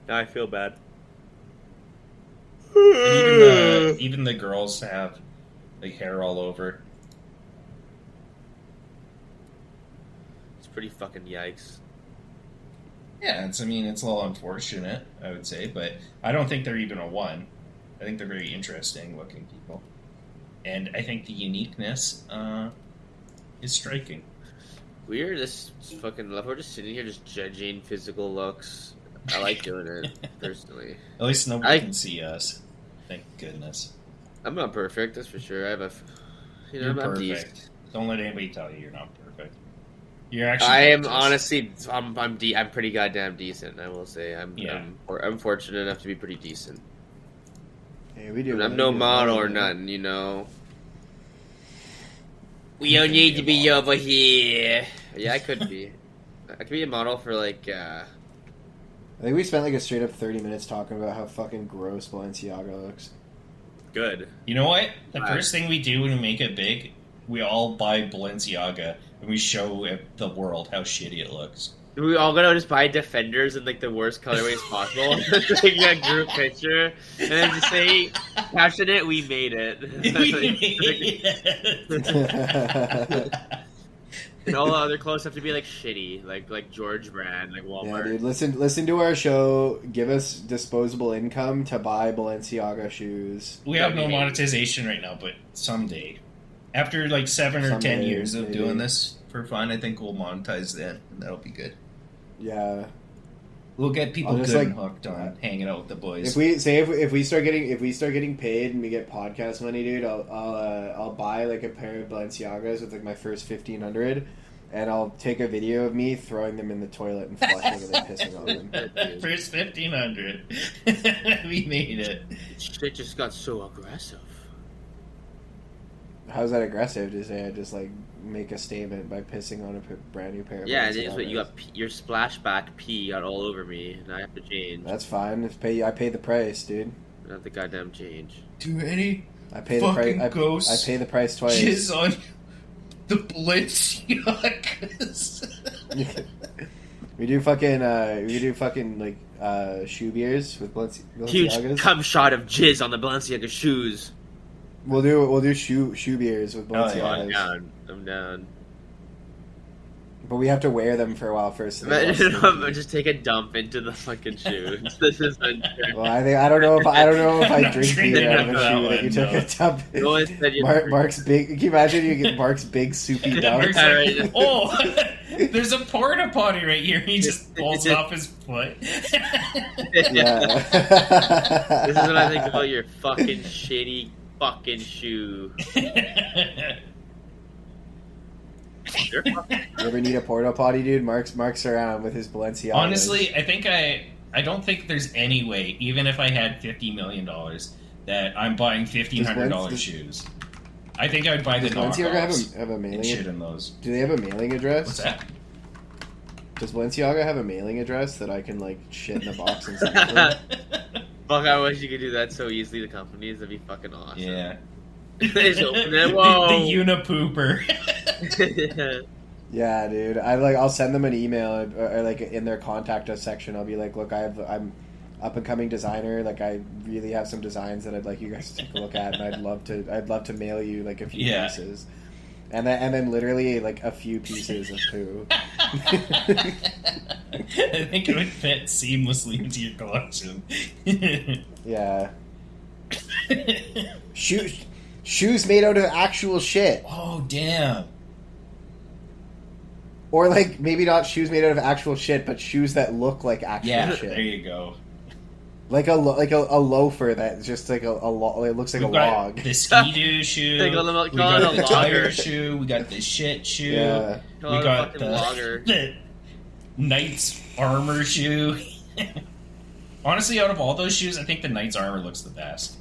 Now I feel bad. And even Mm. the even uh, the girls have like hair all over. It's pretty fucking yikes. Yeah, it's I mean it's a little unfortunate, I would say, but I don't think they're even a one. I think they're very interesting looking people, and I think the uniqueness uh, is striking. We're just fucking love. We're just sitting here just judging physical looks. I like doing it personally. At least nobody I- can see us. Thank goodness. I'm not perfect, that's for sure. I have a, f- you know, you're I'm not decent. perfect. Don't let anybody tell you you're not perfect. You're actually. I am gorgeous. honestly, I'm I'm, de- I'm pretty goddamn decent. I will say, I'm Yeah. I'm, or I'm fortunate enough to be pretty decent. Hey, we do. And I'm we no do- model or we do. nothing, you know. We You don't can need be to a be model. over here. Yeah, I could be. I could be a model for like. uh I think we spent like a straight up thirty minutes talking about how fucking gross Balenciaga looks. Good. You know what? The Right. first thing we do when we make it big, we all buy Balenciaga and we show it- the world how shitty it looks. We all gonna just buy defenders in like the worst colorways possible. Taking a group picture and then just say, "Caption it, we made it." and all the other clothes have to be like shitty, like like George Brand, like Yeah, Walmart. dude. Listen, listen to our show. Give us disposable income to buy Balenciaga shoes. we have no monetization right now, but someday, after like seven or ten Someday, years of maybe. doing this for fun, I think we'll monetize then, and that'll be good. Yeah. We'll get people I'll just, good and like- uh, hooked on hanging out with the boys. If we say if, if we start getting if we start getting paid and we get podcast money, dude, I'll I'll, uh, I'll buy like a pair of Balenciagas with like my first fifteen hundred, and I'll take a video of me throwing them in the toilet and flushing and then pissing on them. First fifteen hundred, we made it. Shit just got so aggressive. How's that aggressive to say I just like make a statement by pissing on a p- brand new pair? Of Yeah, that's what Balenciagas? you got. P- your splashback pee got all over me, and I have to change. That's fine. It's pay. I pay the price, dude. Not the goddamn change. Do any I pay the Fucking price. I, ghosts. I pay the price twice. jizz on the Balenciagas? we do fucking. Uh, we do fucking like uh, shoe beers with Balenci- Huge Balenciagas. cum shot of jizz on the Balenciaga shoes. We'll do we'll do shoe shoe beers with Hell Oh, Balenciagas, yeah. I'm down. I'm down. but we have to wear them for a while first. and then Imagine we'll- if I just take a dump into the fucking shoes. this is unfair. well, I think I don't know if I don't know if I Not drink drinking beer out of a that shoe one, that you took no. a dump. in. You always said you- Mar- Mark's big. Can you imagine you get Mark's big soupy dump? Mark's like, oh, there's a porta potty right here. He just pulls off his foot. yeah. This is what I think about your fucking shitty fucking shoe. They're fucking- You ever need a porta potty, dude? Mark's Mark's around with his Balenciaga. Honestly, I think I I don't think there's any way, even if I had fifty million dollars, that I'm buying fifteen hundred dollar Does- shoes. I think I'd buy the does Balenciaga have knockoffs a, have a and mailing? shit in those. Do they have a mailing address? What's that? Does Balenciaga have a mailing address that I can like shit in a box and send to them? Fuck, I wish you could do that so easily to companies. That'd be fucking awesome. yeah. They just open it. The- Whoa. The, unipooper. Yeah, dude. I like I'll send them an email or, or like in their contact us section. I'll be like, look, I have I'm up and coming designer. Like I really have some designs that I'd like you guys to take a look at, and I'd love to I'd love to mail you like a few Yeah. pieces. And then, and then literally like a few pieces of poo. I think it would fit seamlessly into your collection. Yeah, shoes shoes made out of actual shit, oh damn! or like maybe not shoes made out of actual shit, but shoes that look like actual Yeah, shit. there you go. like a lo- like a, a loafer that's just like a, a lo- it looks like We've a got log. the ski-doo shoe. They call them- we call it got a the tire logger. shoe. We got the shit shoe. Yeah, Call We it a got fucking the, logger. the knight's armor shoe. Honestly, out of all those shoes, I think the knight's armor looks the best.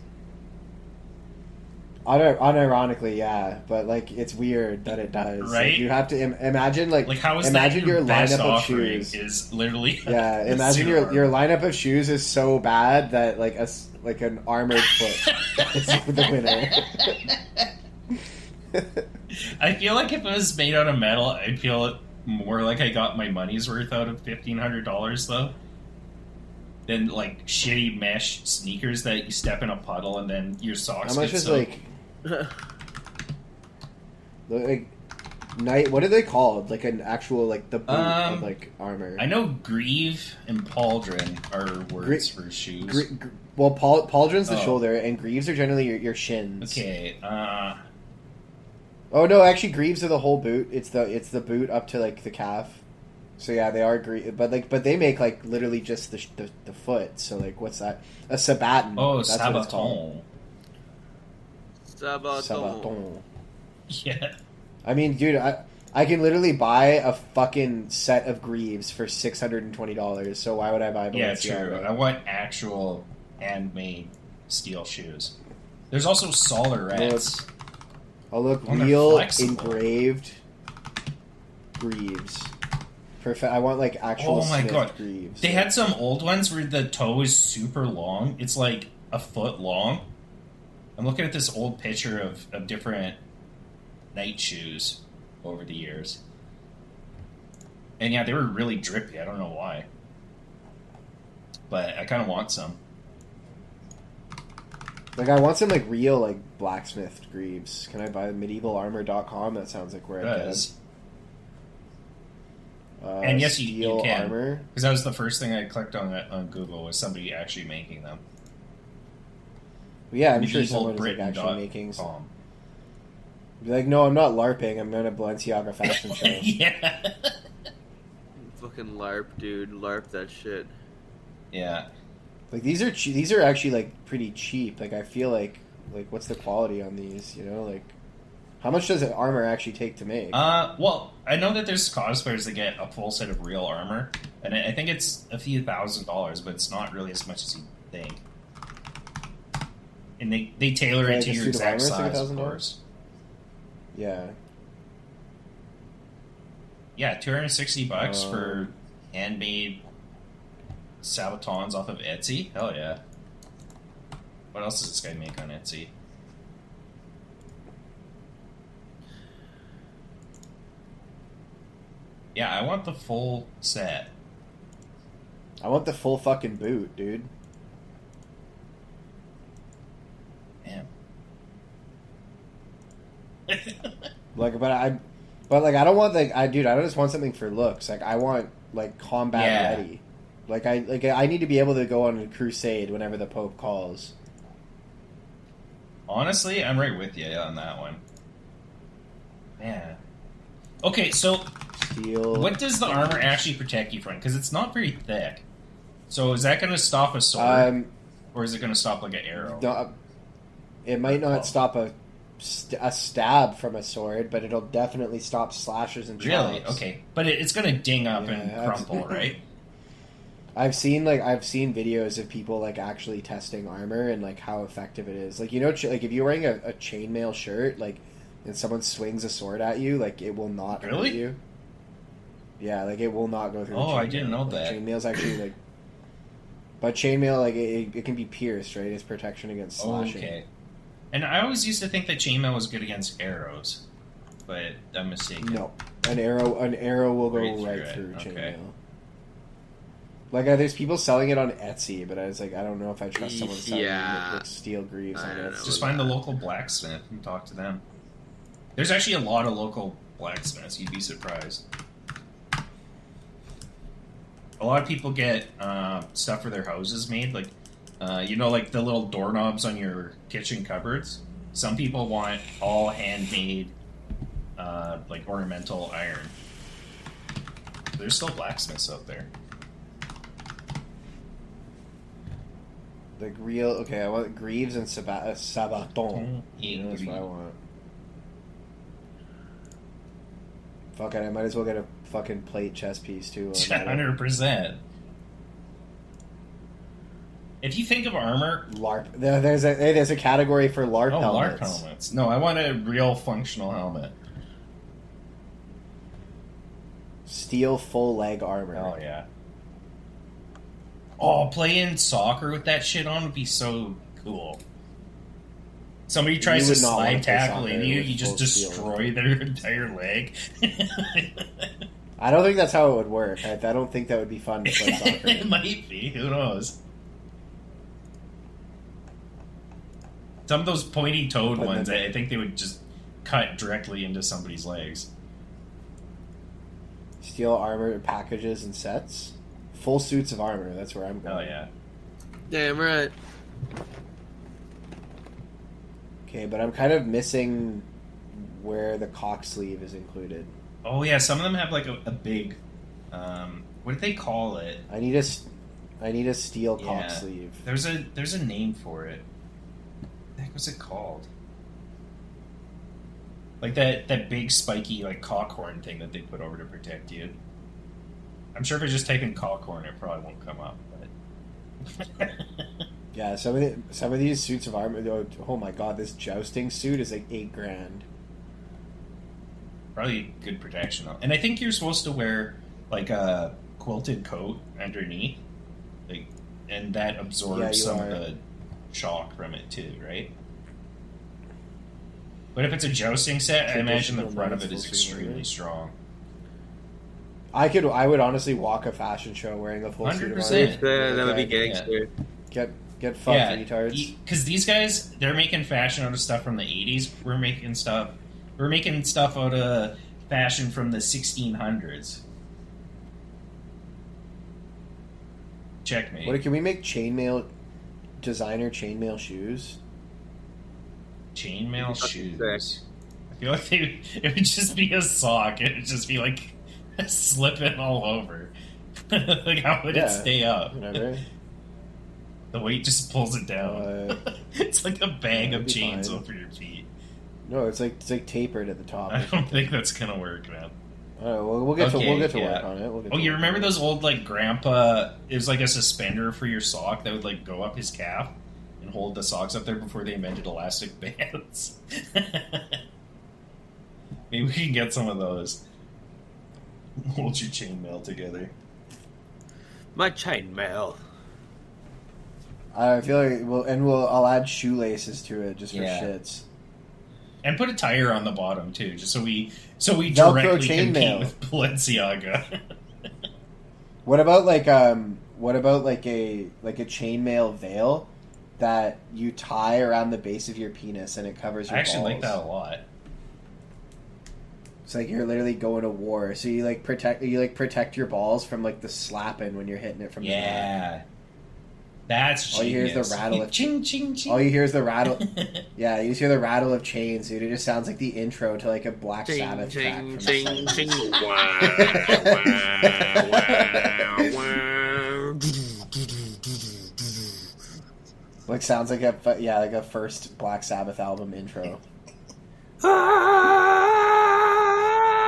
Un- unironically, yeah, but like it's weird that it does. Like, Right? you have to Im- imagine like, Like, how is imagine that your, your best lineup of offering? shoes. Is literally Yeah, the imagine suit your armor. your lineup of shoes is so bad that like a s- like an armored foot is the winner. I feel like if it was made out of metal, I'd feel more like I got my money's worth out of fifteen hundred dollars though. Than like shitty mesh sneakers that you step in a puddle and then your socks. How much get is soaked. like the- like night? What are they called? Like an actual like the boot Um, of like armor. I know Grieve and Pauldron are words for shoes. Gre- gr- well, Paul, pauldron's the Oh. shoulder, and greaves are generally your, your shins. Okay, uh, Oh no, actually, greaves are the whole boot. It's the it's the boot up to like the calf. So yeah, they are great, but like, but they make like literally just the sh- the, the foot. So like, what's that? A sabaton. Oh, That's what it's called. Sabaton. Sabaton. Sabaton. Yeah. I mean, dude, I I can literally buy a fucking set of greaves for six hundred and twenty dollars. So why would I buy? Yeah, Balenciaga? true. I want actual handmade steel shoes. There's also Solarettes. I'll look And they're real flexible. engraved greaves. Perfect. I want like actual. Oh my Smith God. greaves. They had some old ones where the toe is super long. It's like a foot long. I'm looking at this old picture of, of different night shoes over the years. And yeah, they were really drippy. I don't know why. But I kind of want some. like I want some like real like blacksmith greaves. Can I buy medievalarmor.com? That sounds like where I get. it. Because Uh, And yes, you- you steel can. armor. that was the first thing I clicked on uh, on Google was somebody actually making them. But yeah, I'm sure Medieval someone is like Britain actually dot making. some- com. Be like, no, I'm not LARPing. I'm on a Balenciaga fashion show. yeah. Fucking LARP, dude. LARP that shit. Yeah. Like these are che- these are actually like pretty cheap. Like I feel like like what's the quality on these? You know, like how much does an armor actually take to make? Uh, well, I know that there's cosplayers that get a full set of real armor, and I I think it's a few thousand dollars, but it's not really as much as you think. And they, they tailor Like it a to your suit of armor exact is like size, $1,000? of course. yeah, Yeah, two hundred sixty bucks Um, for handmade sabatons off of Etsy. Hell yeah! What else does this guy make on Etsy? Yeah, I want the full set. I want the full fucking boot, dude. Damn. Like, but I, but like I don't want like I dude. I don't just want something for looks. Like I want like combat Yeah. ready. Like I like I need to be able to go on a crusade whenever the Pope calls. Honestly, I'm right with you on that one. Yeah. Okay, so Steel. um, what does the armor actually protect you from? Because it's not very thick. So is that going to stop a sword, Um, or is it going to stop like an arrow? no, uh, it might not stop a st- a stab from a sword, but it'll definitely stop slashes and chops. Really? Okay, but it, it's going to ding up Yeah, and abs- crumple, right? I've seen like I've seen videos of people like actually testing armor and like how effective it is. Like you know, ch- like if you're wearing a, a chainmail shirt, like and someone swings a sword at you, like it will not Really? hurt you. Yeah, like it will not go through. the Oh, I chainmail. didn't know Like, that. Chainmail's actually like, but chainmail like it, it can be pierced, right? It's protection against slashing. Oh, Okay. And I always used to think that chainmail was good against arrows, but I'm mistaken. No, an arrow, an arrow will go Right right through through, it, okay. chainmail. Like uh, there's people selling it on Etsy, but I was like, I don't know if I trust someone selling Yeah. like, steel greaves I on don't Etsy. know. Just find the local blacksmith and talk to them. There's actually a lot of local blacksmiths. You'd be surprised. A lot of people get uh, stuff for their houses made, like uh, you know, like the little doorknobs on your kitchen cupboards. Some people want all handmade, uh, like ornamental iron. There's still blacksmiths out there. Like real, okay. I want greaves and sab- uh, Mm. sabaton. You know, that's what I want. Fuck it, I might as well get a fucking plate chess piece too. while I'm at it. Hundred percent. If you think of armor, LARP. There, there's a hey, there's a category for LARP oh, LARP helmets. helmets. No, I want a real functional helmet. Steel full leg armor. Hell yeah. Oh, playing soccer with that shit on would be so cool. Somebody tries to would not wanna slide play tackle soccer in you, with you just full steel. destroy their entire leg. I don't think that's how it would work. I, I don't think that would be fun to play soccer. it might be. Who knows? Some of those pointy toed But ones, then- I I think they would just cut directly into somebody's legs. Steel armor packages and sets. Full suits of armor. That's where I'm Oh going. yeah. Damn right. Okay, but I'm kind of missing where the cock sleeve is included. Oh yeah. Some of them have like a, a big um, what did they call it? I need a, s- I need a steel cock Yeah. sleeve. There's a there's a name for it. What the heck was it called? Like that that big spiky like cockhorn thing that they put over to protect you. I'm sure if I just type in cockhorn, it probably won't come up. But Yeah, some of the, some of these suits of armor. Oh, oh my god, this jousting suit is like eight grand. probably good protection though. And I think you're supposed to wear like a quilted coat underneath, like, and that absorbs Yeah, you some are. of the shock from it too, right? But if it's a jousting set, I imagine the Traditional front of it medieval is suit, extremely right? strong. I could, I would honestly walk a fashion show wearing a full suit of 100%. armor. It's, uh, that would be Okay. gangster. Get get fucked, retards. because E, these guys they're making fashion out of stuff from the '80s. We're making stuff. We're making stuff out of fashion from the 1600s. Checkmate. What can we make chainmail designer chainmail shoes? Chainmail That's shoes. I feel like they, it would just be a sock. It would just be like slipping all over. like how would Yeah, it stay up? Whatever. The weight just pulls it down. Uh, it's like a bag that'd of be chains fine. over your feet. no, it's like it's like tapered at the top. I don't think that's gonna work, man. All right, we'll, we'll get to Okay, we'll get to yeah. work on it. We'll get Oh, to you work remember on it. those old like grandpa? It was like a suspender for your sock that would like go up his calf and hold the socks up there before they invented elastic bands. Maybe we can get some of those. Hold your chainmail together. My chainmail. I feel like we'll and we'll I'll add shoelaces to it just for Yeah. shits. And put a tire on the bottom too, just so we so we Velcro directly compete chainmail. with Balenciaga. What about like um? What about like a like a chainmail veil that you tie around the base of your penis and it covers your I actually like that a balls? lot. It's like you're literally going to war, so you like protect you like protect your balls from like the slapping when you're hitting it from Yeah, that's All you hear is the genius. rattle of- ching ching the ching. back. All you hear is the rattle. yeah, you just hear the rattle of chains, dude. It just sounds like the intro to like a Black Ching, Sabbath ching, track. From ching, ching. Wah, wah, wah, wah. like sounds like a fu- yeah like a first Black Sabbath album intro.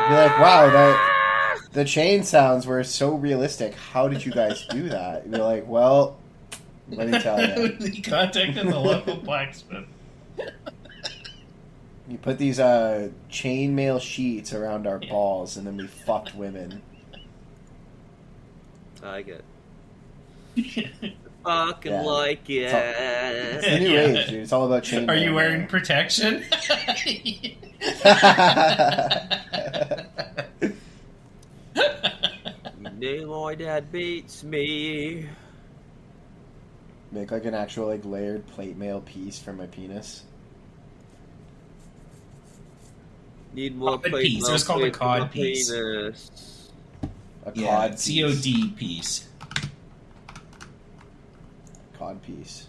You're like, wow, that the chain sounds were so realistic. How did you guys do that? You're like, well, let me tell you. he contacted the local blacksmith. You put these uh, chainmail sheets around our Yeah. balls, and then we fucked women. Ah, I like it. Fucking Yeah. like it. It's the new Yeah. age, dude. It's all about chainmail. Are you now. wearing protection? Naloy Dad beats me. Make like an actual like layered plate mail piece for my penis. Need more Cod plate piece. It milk, was called a plate for my cod piece. penis. A yeah, cod C O piece. D piece. Cod piece.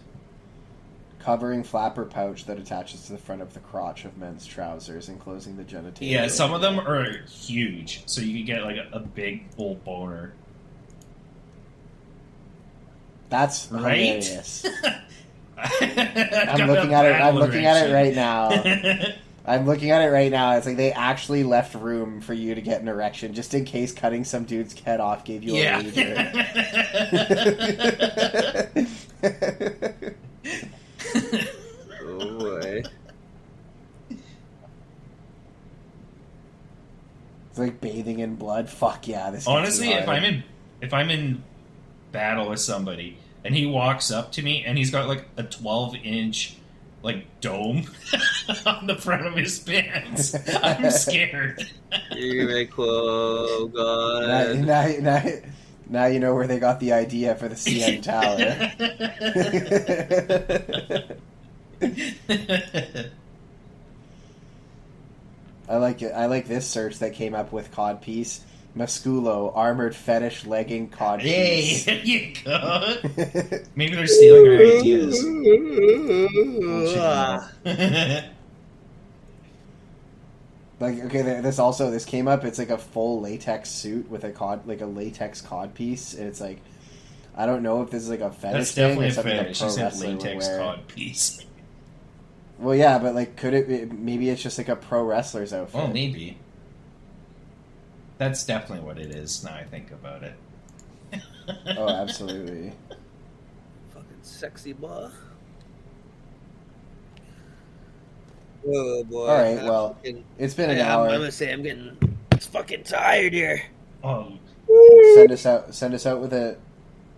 Covering flapper pouch that attaches to the front of the crotch of men's trousers, enclosing the genitalia. Yeah, some of them are huge, so you can get like a, a big full boner. That's Right? hilarious. I'm I'm looking at it. I'm looking at it right now. I'm looking at it right now. It's like they actually left room for you to get an erection, just in case cutting some dude's head off gave you a major. yeah. Oh boy. it's like bathing in blood. Fuck yeah! This gets me Honestly, if hard. I'm in if I'm in battle with somebody and he walks up to me and he's got like a 12 inch like dome on the front of his pants, I'm scared. You're gonna be like, oh Uh, now, god. now, now, now you know where they got the idea for the CN Tower. I like it. I like this search that came up with cod piece. Musculo armored fetish legging cod hey, piece. there you go. Maybe they're stealing our ideas. Ooh, ah. Like okay, th- this also this came up. It's like a full latex suit with a cod, like a latex cod piece, and it's like I don't know if this is like a fetish That's thing definitely or a something that fetish. It's pro not wrestling would latex wear. cod piece. Well, yeah, but like, could it? be- Maybe it's just like a pro wrestler's outfit. Well, maybe. That's definitely what it is. Now I think about it. Oh, absolutely. Fucking sexy boy. Oh boy. All right, well, It's been an hour. say I'm getting it's fucking tired here. Oh, Send us out. Send us out with a.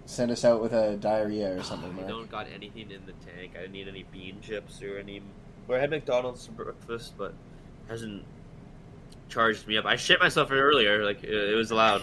Send us out with a diarrhea or something. I Mark. don't got anything in the tank. I didn't need any bean chips or any. Or I had McDonald's for breakfast, but hasn't charged me up. I shit myself earlier. Like it it was loud.